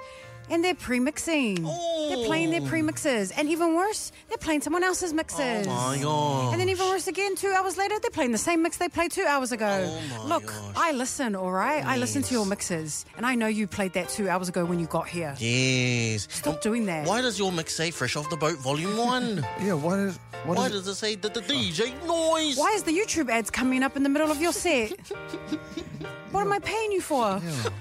Speaker 3: and they're pre mixing, they're playing
Speaker 4: Oh.
Speaker 3: their pre mixes. And even worse, they're playing someone else's mixes.
Speaker 4: Oh My God.
Speaker 3: And then even worse again, two hours later, they're playing the same mix they played two hours ago.
Speaker 4: Oh my
Speaker 3: Look,
Speaker 4: gosh.
Speaker 3: I listen, all right? I listen to your mixes. And I know you played that two hours ago when you got here.
Speaker 4: Yes.
Speaker 3: Stop doing that.
Speaker 4: Why does your mix say Fresh Off the Boat Volume 1?
Speaker 2: Yeah, what is what
Speaker 4: Why
Speaker 2: is
Speaker 4: does it say the, the DJ noise?
Speaker 3: Why is the YouTube ads coming up in the middle of your set? what am I paying you for?
Speaker 2: it?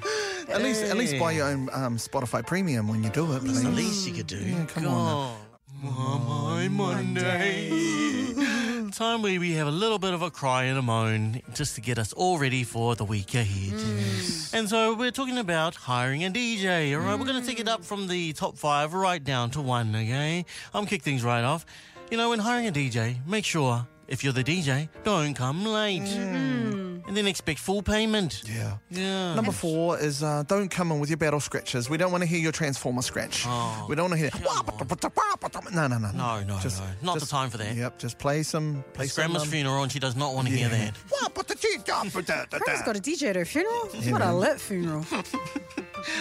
Speaker 2: At least at least buy your own um, Spotify premium when you do it,
Speaker 4: That's the
Speaker 2: please.
Speaker 4: least you could do.
Speaker 2: Mm, come
Speaker 4: God.
Speaker 2: on
Speaker 4: My Monday. Time where we have a little bit of a cry and a moan just to get us all ready for the week ahead.
Speaker 2: Mm.
Speaker 4: And so we're talking about hiring a DJ, all right? We're going to take it
Speaker 2: Mm.
Speaker 4: up from the top five right down to one, okay? I'm kick things right off. You know, when hiring a DJ, make sure if you're the DJ, don't come late. And then expect full payment.
Speaker 2: Mm. Yeah.
Speaker 4: Yeah.
Speaker 2: Number four is uh, don't come in with your battle scratches. We don't want to hear your Transformer scratch.
Speaker 3: Oh.
Speaker 2: we don't want to hear. No, no, no,
Speaker 4: No, no,
Speaker 2: Just-
Speaker 4: no. Not
Speaker 2: just-
Speaker 4: the time for that.
Speaker 2: Yep, just play some. Play
Speaker 4: It's
Speaker 2: some,
Speaker 4: grandma's
Speaker 2: um,
Speaker 4: funeral and she does not want to hear that.
Speaker 3: Grandma's got a DJ at her funeral? what a
Speaker 2: man.
Speaker 3: lit funeral.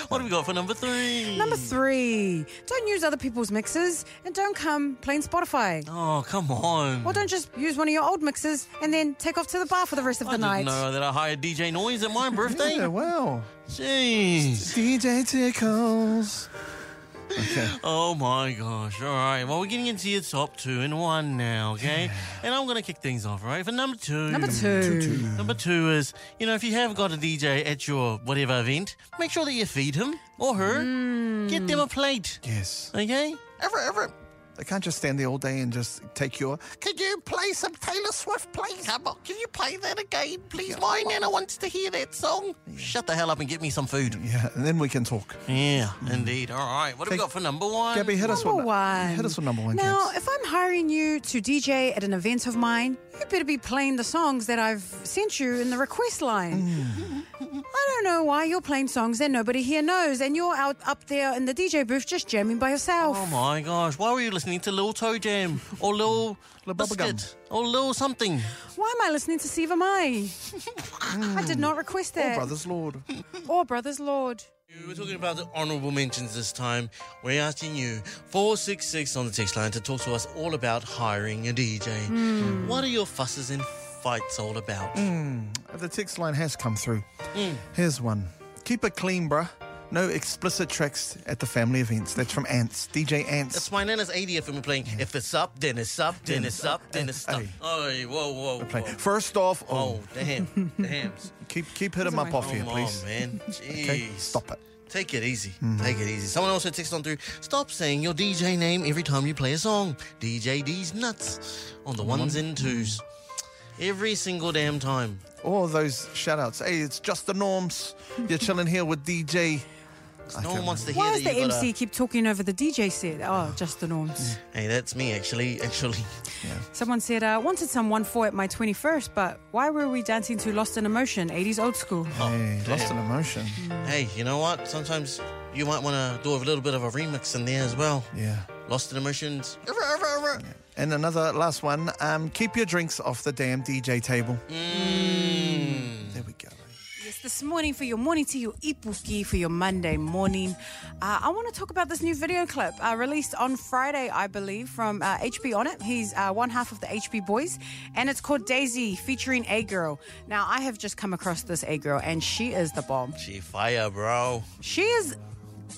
Speaker 4: What do we got for number three?
Speaker 3: Number three, don't use other people's mixes and don't come playing Spotify.
Speaker 4: Oh, come on.
Speaker 3: Or don't just use one of your old mixes and then take off to the bar for the rest of
Speaker 4: I
Speaker 3: the
Speaker 4: didn't
Speaker 3: night.
Speaker 4: know that I hired DJ Noise at my birthday.
Speaker 2: Yeah, wow.
Speaker 4: Jeez.
Speaker 2: DJ Tickles. Okay.
Speaker 4: Oh my gosh. All right. Well, we're getting into your top two and one now, okay? And I'm going to kick things off, all right? For number two.
Speaker 3: Number two.
Speaker 4: Number two is, you know, if you have got a DJ at your whatever event, make sure that you feed him or her. Get them a plate,
Speaker 2: Yes.
Speaker 4: okay?
Speaker 2: Ever, ever. They can't just stand there all day and just take your. Could you play some Taylor Swift, please? Emma? Can you play that again, please?
Speaker 4: My nana wants to hear that song. Shut the hell up and get me some food.
Speaker 2: Yeah, and then we can talk.
Speaker 4: Yeah, indeed. All right. What have we
Speaker 2: Hmm. Take-
Speaker 4: got for number one?
Speaker 2: Gabby, hit us
Speaker 3: Number
Speaker 2: with
Speaker 3: one.
Speaker 2: Hit us with number one.
Speaker 3: Now,
Speaker 2: Gabs.
Speaker 3: if I'm hiring you to DJ at an event of mine, you better be playing the songs that I've sent you in the request line. I don't know why you're playing songs that nobody here knows and you're out up there in the DJ booth just jamming by yourself.
Speaker 4: Oh my gosh, why were you listening to Lil Toe Jam or Lil,
Speaker 2: Hmm. Lil Bubblegum.
Speaker 4: Biscuit or Lil something?
Speaker 3: Why am I listening to Siva Mai? I did not request that.
Speaker 2: Oh, brothers, Lord.
Speaker 3: Or Brothers Lord.
Speaker 4: We're talking about the honourable mentions this time. We're asking you, 466 on the text line, to talk to us all about hiring a DJ.
Speaker 2: Hmm.
Speaker 4: What are your fusses and fights all about?
Speaker 2: The text line has come through.
Speaker 4: Mm.
Speaker 2: Here's one. Keep it clean, bruh. No explicit tracks at the family events. That's from Ants, DJ Ants.
Speaker 4: That's my nana's 80th and we're playing,
Speaker 2: Hmm.
Speaker 4: if it's up, then it's up, then it's up, then it's up.
Speaker 2: Hey.
Speaker 4: Oh, whoa, whoa,
Speaker 2: Play.
Speaker 4: whoa.
Speaker 2: First off,
Speaker 4: Oh,
Speaker 2: oh,
Speaker 4: damn, damn.
Speaker 2: keep keep hitting
Speaker 3: Those are
Speaker 2: up
Speaker 3: my-
Speaker 2: off here,
Speaker 4: Come
Speaker 2: please.
Speaker 4: on, man. Jeez.
Speaker 2: Okay, stop it.
Speaker 4: Take it easy.
Speaker 3: Mm-hmm.
Speaker 4: Take it easy. Someone also texted on through. Stop saying your DJ name every time you play a song. DJ D's nuts on the ones and
Speaker 3: Mm-hmm.
Speaker 4: twos. Every single damn time.
Speaker 2: All those shout outs. Hey, it's just the norms. You're chilling here with DJ.
Speaker 4: No
Speaker 2: can't
Speaker 4: one wants to hear
Speaker 3: Why
Speaker 4: that
Speaker 3: does the
Speaker 4: you got
Speaker 3: MC keep talking over the DJ set? Oh, just the norms.
Speaker 4: a- Hey, that's me actually. Actually,
Speaker 3: Someone said, I wanted some 1 4 at my 21st, but why were we dancing to Lost in Emotion, 80s old school?
Speaker 2: Hey, lost an emotion.
Speaker 4: Oh. hey, you know what? Sometimes you might want to do a little bit of a remix in there as well.
Speaker 2: Yeah.
Speaker 4: Lost in emotions.
Speaker 2: And another last one. Um, keep your drinks off the damn DJ table.
Speaker 4: Mm.
Speaker 2: There we go.
Speaker 3: Yes, this morning for your morning tea, your ipuki for your Monday morning. Uh, I want to talk about this new video clip uh, released on Friday, I believe, from uh, HB on it. He's uh, one half of the HB boys, and it's called Daisy featuring A Girl. Now, I have just come across this A Girl, and she is the bomb.
Speaker 4: Gee, fire, bro.
Speaker 3: She is.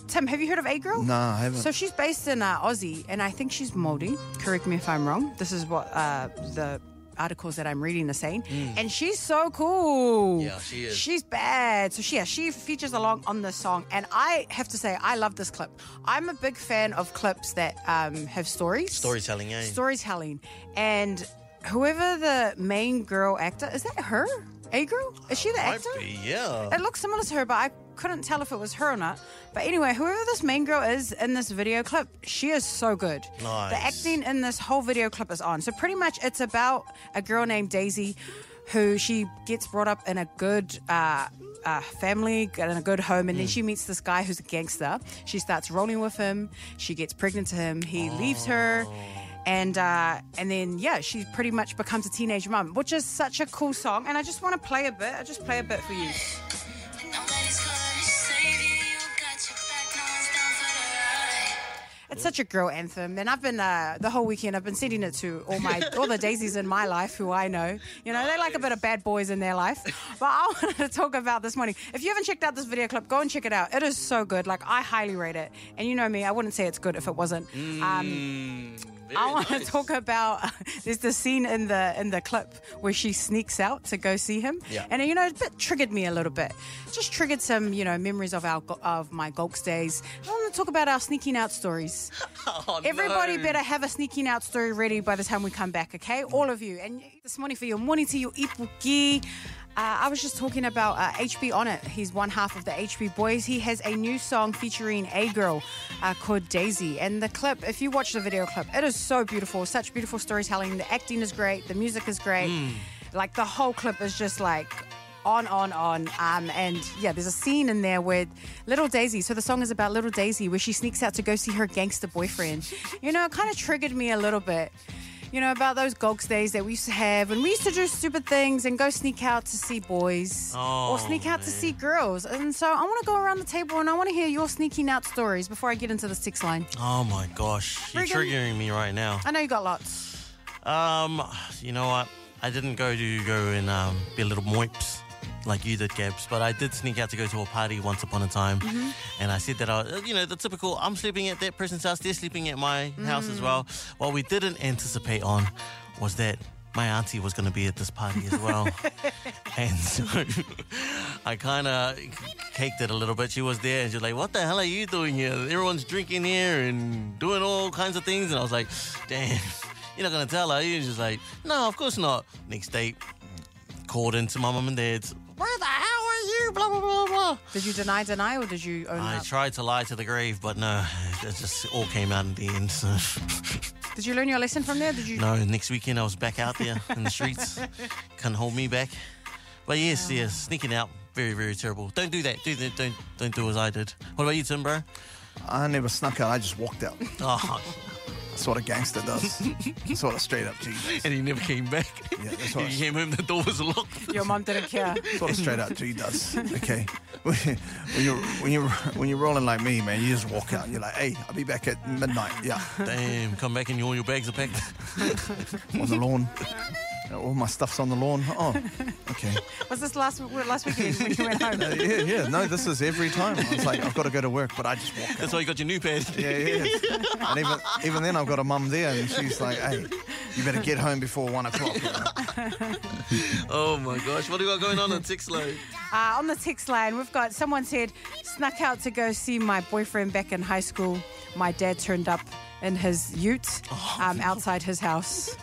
Speaker 3: Tim, have you heard of A Girl?
Speaker 2: Nah, I haven't.
Speaker 3: So she's based in uh, Aussie, and I think she's Maori. Correct me if I'm wrong. This is what uh, the articles that I'm reading are saying. And she's so cool.
Speaker 4: Mm. Yeah, she is.
Speaker 3: She's bad. So she, yeah, she features along on this song, and I have to say, I love this clip. I'm a big fan of clips that um, have stories.
Speaker 4: Storytelling, eh?
Speaker 3: Storytelling, and whoever the main girl actor is, that her? A girl? Is she the
Speaker 4: Might
Speaker 3: actor?
Speaker 4: be, yeah.
Speaker 3: It looks similar to her, but I couldn't tell if it was her or not. But anyway, whoever this main girl is in this video clip, she is so good.
Speaker 4: Nice.
Speaker 3: The acting in this whole video clip is on. So pretty much it's about a girl named Daisy who she gets brought up in a good uh, uh, family, in a good home, and then she meets this guy who's a gangster. She starts rolling with him. She gets pregnant to him. He leaves her. And uh, and then yeah, she pretty much becomes a teenage mum, which is such a cool song. And I just want to play a bit. I just play a bit for you.
Speaker 6: Nobody's gonna save you. You got your back. No one's down for the ride.
Speaker 3: It's such a girl anthem, and I've been uh, the whole weekend. I've been sending it to all my all the daisies in my life who I know. You know, they like a bit of bad boys in their life. But I wanted to talk about this morning. If you haven't checked out this video clip, go and check it out. It is so good. Like I highly rate it. And you know me, I wouldn't say it's good if it wasn't. Um, I want to talk about there's the scene in the in the clip where she sneaks out to go see him,
Speaker 4: Yeah.
Speaker 3: and you know it bit triggered me a little bit, just triggered some you know memories of our go- of my gulks days. I want to talk about our sneaking out stories.
Speaker 4: Oh,
Speaker 3: Everybody
Speaker 4: no.
Speaker 3: better Mm. have a sneaking out story ready by the time we come back, okay? All of you. And this morning for your morning tea, your ipuki. Uh, I was just talking about uh, HB On It. He's one half of the HB Boys. He has a new song featuring a girl uh, called Daisy. And the clip, if you watch the video clip, it is so beautiful. Such beautiful storytelling. The acting is great. The music is great. Like the whole clip is just like on, on, on. Um, and yeah, there's a scene in there with Little Daisy. So the song is about Little Daisy, where she sneaks out to go see her gangster boyfriend. You know, it kind of triggered me a little bit. You know, about those gulks days that we used to have, and we used to do stupid things and go sneak out to see boys
Speaker 4: Oh,
Speaker 3: or sneak out to see girls. And so I want to go around the table and I want to hear your sneaking out stories before I get into the six line.
Speaker 4: Oh my gosh, you're
Speaker 3: Friggin-
Speaker 4: triggering me right now.
Speaker 3: I know you got lots.
Speaker 4: Um, you know what? I didn't go to go and um, be a little moips like you did, Gabs, but I did sneak out to go to a party once upon a time, and I said that I, was- you know, the typical. I'm sleeping at that person's house. They're sleeping at my house as well. What we didn't anticipate on was that my auntie was going to be at this party as well. And so I kind of caked it a little bit. She was there and she was like, What the hell are you doing here? Everyone's drinking here and doing all kinds of things. And I was like, Damn, you're not going to tell her. You're just like, No, of course not. Next day, called into my mum and dad's, Where the hell are you? Blah, blah, blah, blah.
Speaker 3: Did you deny, deny, or did you own
Speaker 4: I
Speaker 3: up?
Speaker 4: tried to lie to the grave, but no, it just all came out in the end. So.
Speaker 3: did you learn your lesson from there? Did you?
Speaker 4: No, next weekend I was back out there in the streets. Couldn't hold me back. But yes, yes, sneaking out, very, very terrible. Don't do that. Do that. Don't don't do as I did. What about you, Tim, bro?
Speaker 2: I never snuck out. I just walked out.
Speaker 4: Oh,
Speaker 2: That's what a gangster does. That's what a straight up G. does.
Speaker 4: and he never came back.
Speaker 2: Yeah, that's
Speaker 4: he
Speaker 2: right.
Speaker 4: came home, the door was locked.
Speaker 3: Your mom didn't care.
Speaker 2: That's what a straight up G does. Okay. When you're when you're when you're rolling like me, man, you just walk out. and You're like, hey, I'll be back at midnight. Yeah,
Speaker 4: Damn, come back and all your bags are packed.
Speaker 2: on the lawn. All my stuff's on the lawn. Oh, okay.
Speaker 3: Was this last last weekend when you went home?
Speaker 2: Uh, yeah, yeah. No, this is every time. I was like, I've got to go to work, but I just walk out.
Speaker 4: That's why you got your new pad.
Speaker 2: Yeah, yeah. yeah. and even even then, I've got a mum there, and she's like, hey, you better get home before one o'clock. you know.
Speaker 4: Oh my gosh, what do you got going on at Six Low?
Speaker 3: Uh, on the text line, we've got someone said, snuck out to go see my boyfriend back in high school. My dad turned up in his ute um, outside his house.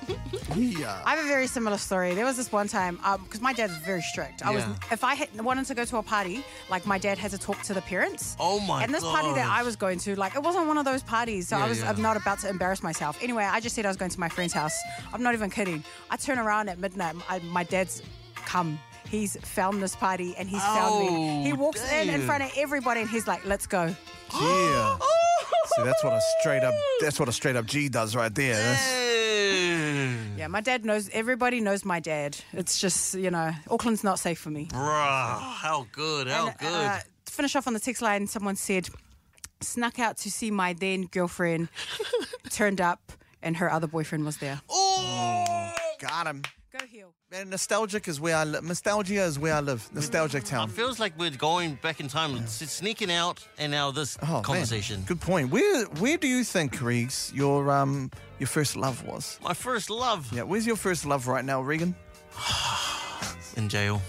Speaker 2: Yeah.
Speaker 3: I have a very similar story. There was this one time, because my dad's very strict. I was,
Speaker 4: Yeah.
Speaker 3: if I had, wanted to go to a party, like my dad had to talk to the parents.
Speaker 4: Oh my
Speaker 3: And this party that
Speaker 4: gosh.
Speaker 3: I was going to, like, it wasn't one of those parties, so
Speaker 4: Yeah,
Speaker 3: I was
Speaker 4: yeah.
Speaker 3: I'm not about to embarrass myself. Anyway, I just said I was going to my friend's house. I'm not even kidding. I turn around at midnight. I, my dad's come. He's found this party and he's found me. He
Speaker 4: Oh,
Speaker 3: walks in in
Speaker 4: damn.
Speaker 3: front of everybody and he's like, "Let's go."
Speaker 2: Yeah. See, that's what a straight up. That's what a straight up G does right there. That's-
Speaker 4: Damn.
Speaker 3: Yeah, my dad knows. Everybody knows my dad. It's just you know, Auckland's not safe for me.
Speaker 4: Bruh, how good, how
Speaker 3: And,
Speaker 4: good.
Speaker 3: uh, to finish off on the text line, someone said, "Snuck out to see my then girlfriend. turned up, and her other boyfriend was there."
Speaker 4: uh, oh!
Speaker 2: Got him.
Speaker 3: Go heel.
Speaker 2: Man, nostalgic is where I live. Nostalgia is where I live. Nostalgic town.
Speaker 4: Feels like we're going back in time, s- sneaking out, and now this
Speaker 2: Oh, man.
Speaker 4: conversation.
Speaker 2: Good point. Where Where do you think, Reeves, your um your first love was?
Speaker 4: My first love
Speaker 2: Yeah. Where's your first love right now, Regan?
Speaker 4: in jail.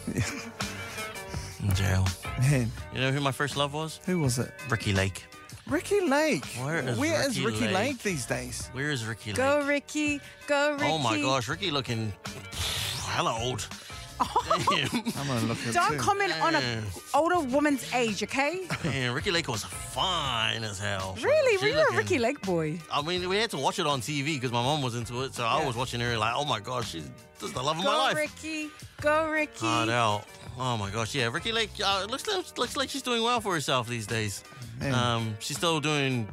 Speaker 4: in jail.
Speaker 2: Man,
Speaker 4: You know who my first love was?
Speaker 2: who was it?
Speaker 4: Ricky Lake.
Speaker 2: Ricky Lake.
Speaker 4: Where is Ricky
Speaker 2: Ricky Lake?
Speaker 4: Lake?
Speaker 2: these days?
Speaker 4: Where is Ricky
Speaker 3: Go
Speaker 4: Lake?
Speaker 3: Ricky, go Ricky.
Speaker 4: Oh my gosh, Ricky looking hella old. Damn.
Speaker 2: I'm gonna look at
Speaker 3: Don't
Speaker 2: it too.
Speaker 3: comment on an older woman's age, okay?
Speaker 4: Man, Ricky Lake was fine as hell.
Speaker 3: Really?
Speaker 4: She
Speaker 3: Were you a
Speaker 4: looking-
Speaker 3: Ricky Lake boy?
Speaker 4: I mean, we had to watch it on TV because my mom was into it, so I
Speaker 3: Yeah.
Speaker 4: was watching her like, oh my gosh, she's just the love of my
Speaker 3: Go,
Speaker 4: life.
Speaker 3: Ricky. Go, Ricky.
Speaker 4: Hard out. Oh my gosh, yeah, Ricky Lake. Uh, it looks like, looks like she's doing well for herself these days.
Speaker 2: Man.
Speaker 4: Um, she's still doing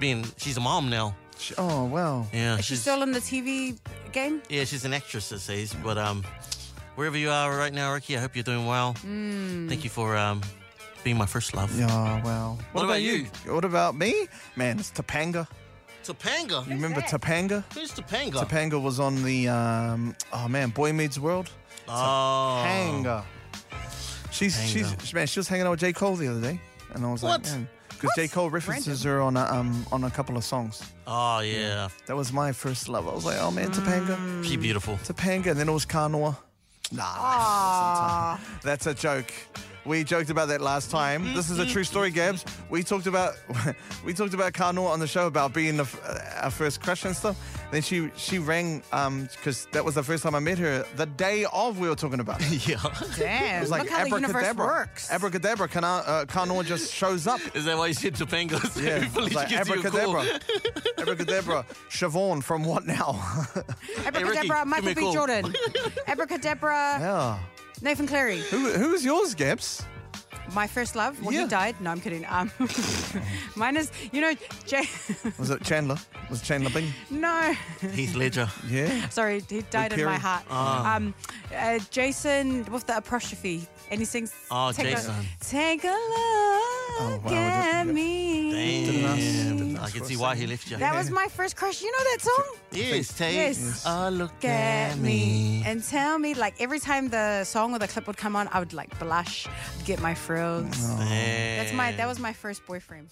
Speaker 4: being. She's a mom now.
Speaker 2: Sh- Oh wow.
Speaker 4: Yeah,
Speaker 3: Is she still in the TV game?
Speaker 4: Yeah, she's an actress, it says. But um, wherever you are right now, Ricky, I hope you're doing well. Thank you for um, being my first love.
Speaker 2: Yeah, wow.
Speaker 4: What about
Speaker 2: What about me? Man, it's Topanga.
Speaker 4: Topanga.
Speaker 2: You remember Topanga?
Speaker 4: Who's Topanga?
Speaker 2: Topanga was on the um, oh man, Boy Meets World.
Speaker 4: Oh.
Speaker 2: Topanga. She's she's man, she was hanging out with J Cole the other day, and I was
Speaker 4: What?
Speaker 2: like, man, because J Cole references her on a, um on a couple of songs.
Speaker 4: Oh yeah,
Speaker 2: That was my first love. I was like, oh man, Topanga,
Speaker 4: she beautiful.
Speaker 2: Topanga, and then it was Kanoa. Nah, that's a joke. We joked about that last time. This is a true story, Gabs. We talked about we talked about Kanoa on the show about being the, f- uh, our first crush and stuff. Then she she rang because that was the first time I met her. The day of we were talking about. It.
Speaker 4: Yeah.
Speaker 3: Damn.
Speaker 2: It was like
Speaker 3: Look how the universe
Speaker 2: abracadabra.
Speaker 3: works.
Speaker 2: Abracadabra. Kana, uh, Kanoa just shows up.
Speaker 4: Is that why you said Topanga?
Speaker 2: Yeah,
Speaker 4: Hopefully
Speaker 2: it's
Speaker 4: she
Speaker 2: like
Speaker 4: gives you a call.
Speaker 2: abracadabra, abracadabra. Siobhan from What Now?
Speaker 4: Ricky,
Speaker 3: Abracadabra,
Speaker 4: give me
Speaker 3: Michael
Speaker 4: a
Speaker 3: B.
Speaker 4: call.
Speaker 3: Jordan. Abracadabra,
Speaker 2: yeah.
Speaker 3: Nathan Cleary.
Speaker 2: Who, who's yours, Gabs?
Speaker 3: My first love. Well,
Speaker 2: Yeah.
Speaker 3: he died. No, I'm kidding. Um, mine is, you know, Jay.
Speaker 2: Was it Chandler? Was it Chandler Bing?
Speaker 3: no.
Speaker 4: Heath Ledger.
Speaker 2: Yeah.
Speaker 3: Sorry, he died in
Speaker 2: Carey.
Speaker 3: my heart.
Speaker 2: Ah.
Speaker 3: Um, uh, Jason with the apostrophe, and he sings.
Speaker 4: Oh,
Speaker 3: take
Speaker 4: Jason.
Speaker 3: A, take a look
Speaker 2: Ah, Oh, wow,
Speaker 3: at
Speaker 2: that- yep.
Speaker 3: me.
Speaker 4: Damn. I can
Speaker 2: for
Speaker 4: see
Speaker 2: a
Speaker 4: why he
Speaker 2: second.
Speaker 4: left you.
Speaker 3: That was my first crush. You know that song?
Speaker 4: yes, take
Speaker 3: Yes.
Speaker 4: a Oh, look
Speaker 3: Look
Speaker 4: at
Speaker 3: at
Speaker 4: me.
Speaker 3: me and tell me, like every time the song or the clip would come on, I would like blush, get my frills.
Speaker 2: Oh.
Speaker 3: That's my. That was my first boyfriend.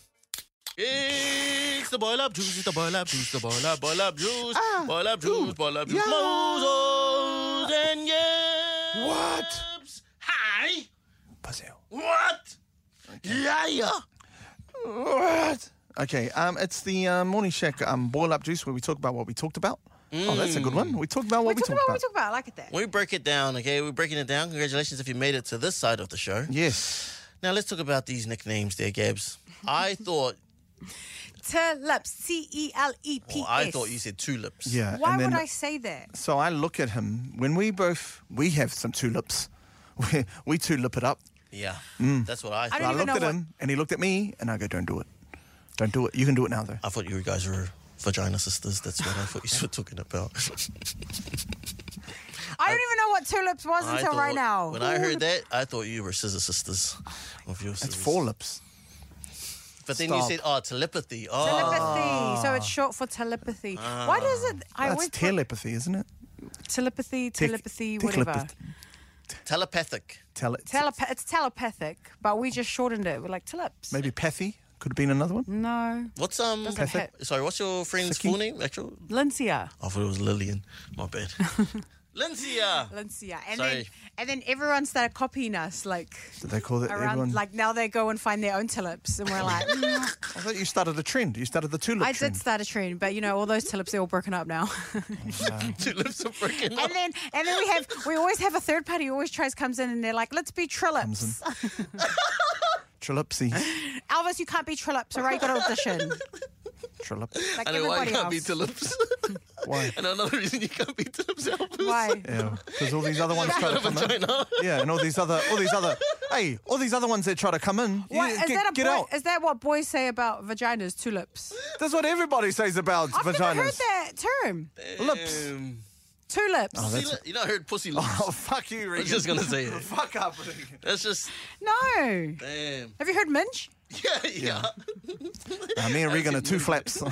Speaker 4: It's the boil up juice, it's the boil up juice, the boil up, boil up juice,
Speaker 3: Ah,
Speaker 4: boil up juice, boil up juice. Moses and yeah.
Speaker 2: What?
Speaker 4: Hi.
Speaker 2: Brazil.
Speaker 4: What? Yeah, yeah.
Speaker 2: What? Okay, um, it's the uh, Morning Shack um, Boil Up Juice where we talk about what we talked about. Oh, that's a good one. We talk about what
Speaker 3: We
Speaker 2: we,
Speaker 3: talk
Speaker 2: talked
Speaker 3: about what
Speaker 2: about.
Speaker 3: we talk about. I like it that.
Speaker 4: We break it down, okay? We're breaking it down. Congratulations if you made it to this side of the show.
Speaker 2: Yes.
Speaker 4: Now let's talk about these nicknames there, Gabs. I thought
Speaker 3: Teleps. T E L E P
Speaker 4: well,
Speaker 3: S.
Speaker 4: I thought you said tulips.
Speaker 2: Yeah.
Speaker 3: Why
Speaker 2: and then,
Speaker 3: would I say that?
Speaker 2: So I look at him when we both we have some tulips. We, we two lip it up.
Speaker 4: Yeah. That's what I thought.
Speaker 3: Mm. don't
Speaker 2: I
Speaker 3: even
Speaker 2: looked
Speaker 3: know
Speaker 2: at
Speaker 3: what-
Speaker 2: him and he looked at me and I go, "Don't do it. Don't do it. You can do it now, though."
Speaker 4: I thought you guys were vagina sisters. That's what I thought you were talking about.
Speaker 3: I don't even know what tulips was
Speaker 4: I
Speaker 3: until
Speaker 4: thought-
Speaker 3: right now.
Speaker 4: When I heard that, I thought you were scissor sisters. Of your
Speaker 2: It's
Speaker 4: scissors.
Speaker 2: four lips.
Speaker 4: But then you
Speaker 2: Stop.
Speaker 4: said, oh, telepathy. Oh,
Speaker 3: Telepathy. So it's short for telepathy.
Speaker 4: Ah.
Speaker 3: Why does it? I
Speaker 2: That's
Speaker 3: always put
Speaker 2: telepathy, isn't it?
Speaker 3: telepathy,
Speaker 2: Tec-
Speaker 3: telepathy,
Speaker 2: teclepath-
Speaker 3: whatever.
Speaker 4: telepathic.
Speaker 2: Tele-
Speaker 3: Telep- it's telepathic, but we just shortened it. We're like teleps.
Speaker 2: maybe pathy could have been another one.
Speaker 3: No,
Speaker 4: What's um?
Speaker 3: Doesn't hit.
Speaker 4: Sorry, what's your friend's
Speaker 2: Siki?
Speaker 4: full name? Actual?
Speaker 3: Lincia.
Speaker 4: I thought it was Lillian. My bad. uh, Lincia.
Speaker 3: Lincia.
Speaker 4: Sorry.
Speaker 3: And then and then everyone started copying us, like
Speaker 2: Did they call that
Speaker 3: around.
Speaker 2: everyone?
Speaker 3: Like now they go and find their own teleps, and we're like, mm.
Speaker 2: I thought you started a trend. You started the tulip
Speaker 3: I
Speaker 2: trend.
Speaker 3: did start a trend, but you know all those teleps they're all broken up now.
Speaker 4: Tulips are freaking.
Speaker 3: and then and then we have we always have a third party who always tries comes in and they're like, let's be
Speaker 2: in.
Speaker 3: trilops.
Speaker 2: Trilipsy.
Speaker 3: Elvis, you can't be Trollops. All right, you got to audition.
Speaker 2: Trilip.
Speaker 3: Like
Speaker 4: I know why you
Speaker 3: everybody
Speaker 4: can't
Speaker 3: else.
Speaker 4: be tulips.
Speaker 2: Why?
Speaker 4: I know another reason you can't be tulips. Elvis.
Speaker 3: why?
Speaker 2: Yeah, because all these other ones try to come in.
Speaker 4: Vagina.
Speaker 2: Yeah, and all these other, all these other, hey, all these other ones that try to come in. you
Speaker 3: What, is
Speaker 2: get,
Speaker 3: that a
Speaker 2: get
Speaker 3: boy,
Speaker 2: out.
Speaker 3: Is that what boys say about vaginas? Tulips.
Speaker 2: That's what everybody says about
Speaker 3: I've
Speaker 2: vaginas.
Speaker 3: never heard that term.
Speaker 2: Lips.
Speaker 4: Um,
Speaker 3: Tulips.
Speaker 4: pussy li- you know, I heard pussy lips.
Speaker 2: Oh fuck you,
Speaker 4: I was
Speaker 2: Regan.
Speaker 4: just gonna say it.
Speaker 2: Fuck up, Regan.
Speaker 4: That's just
Speaker 3: no.
Speaker 4: damn.
Speaker 3: Have you heard minge?
Speaker 4: Yeah, yeah.
Speaker 2: Nah, me and Regan are two flaps.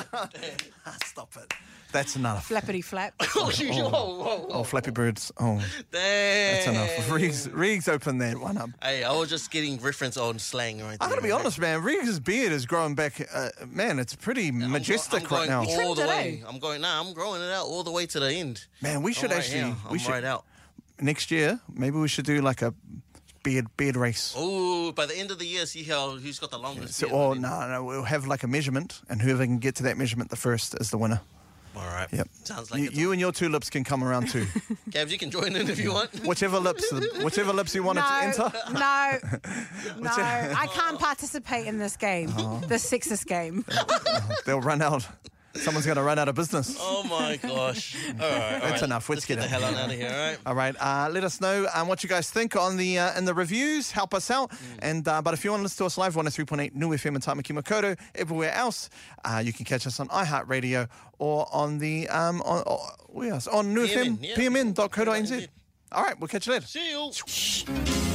Speaker 2: Stop it. That's enough.
Speaker 3: Flappity flap.
Speaker 4: oh, you, whoa, whoa, whoa.
Speaker 2: Oh, Flappy Birds. Oh,
Speaker 4: Damn.
Speaker 2: that's enough. Riggs, Riggs opened that one up.
Speaker 4: Hey, I was just getting reference on slang right there.
Speaker 2: I gotta be honest, man. Riggs' beard is growing back. Uh, man, it's pretty
Speaker 4: I'm go-
Speaker 2: majestic
Speaker 4: I'm going
Speaker 2: right now.
Speaker 4: All
Speaker 3: trimmed
Speaker 4: the
Speaker 3: it,
Speaker 4: way.
Speaker 3: eh?
Speaker 4: I'm going now. I'm growing it out all the way to the end.
Speaker 2: Man, we should
Speaker 4: I'm right
Speaker 2: actually.
Speaker 4: here. I'm
Speaker 2: we should
Speaker 4: right out.
Speaker 2: next year. Maybe we should do like a beard beard race.
Speaker 4: Oh, by the end of the year, see how who's got the longest.
Speaker 2: So,
Speaker 4: beard.
Speaker 2: or no, no, we'll have like a measurement, and whoever can get to that measurement the first is the winner.
Speaker 4: All right.
Speaker 2: Yep.
Speaker 4: Sounds like
Speaker 2: you,
Speaker 4: it's
Speaker 2: you and your two lips can come around too.
Speaker 4: Gabs, you can join in if you want.
Speaker 2: whichever lips, whichever lips you want
Speaker 3: No,
Speaker 2: to enter.
Speaker 3: no, no. I can't participate in this game, this sexist game.
Speaker 2: They'll run out. Someone's going to run out of business.
Speaker 4: Oh my gosh. All right. all right.
Speaker 2: enough. Let's
Speaker 4: Let's get
Speaker 2: get
Speaker 4: the
Speaker 2: out
Speaker 4: hell
Speaker 2: of
Speaker 4: on out of here. All right.
Speaker 2: All right. Uh, let us know um, what you guys think on the uh, in the reviews. Help us out. And uh, but if you want to listen to us live, 103.8 New FM and Tamaki Makoto. Everywhere else, uh, you can catch us on iHeartRadio or on the um on or, where else? on New
Speaker 4: PMN,
Speaker 2: FM
Speaker 4: yeah.
Speaker 2: PMN.co.nz. All right. We'll catch you later.
Speaker 4: See you.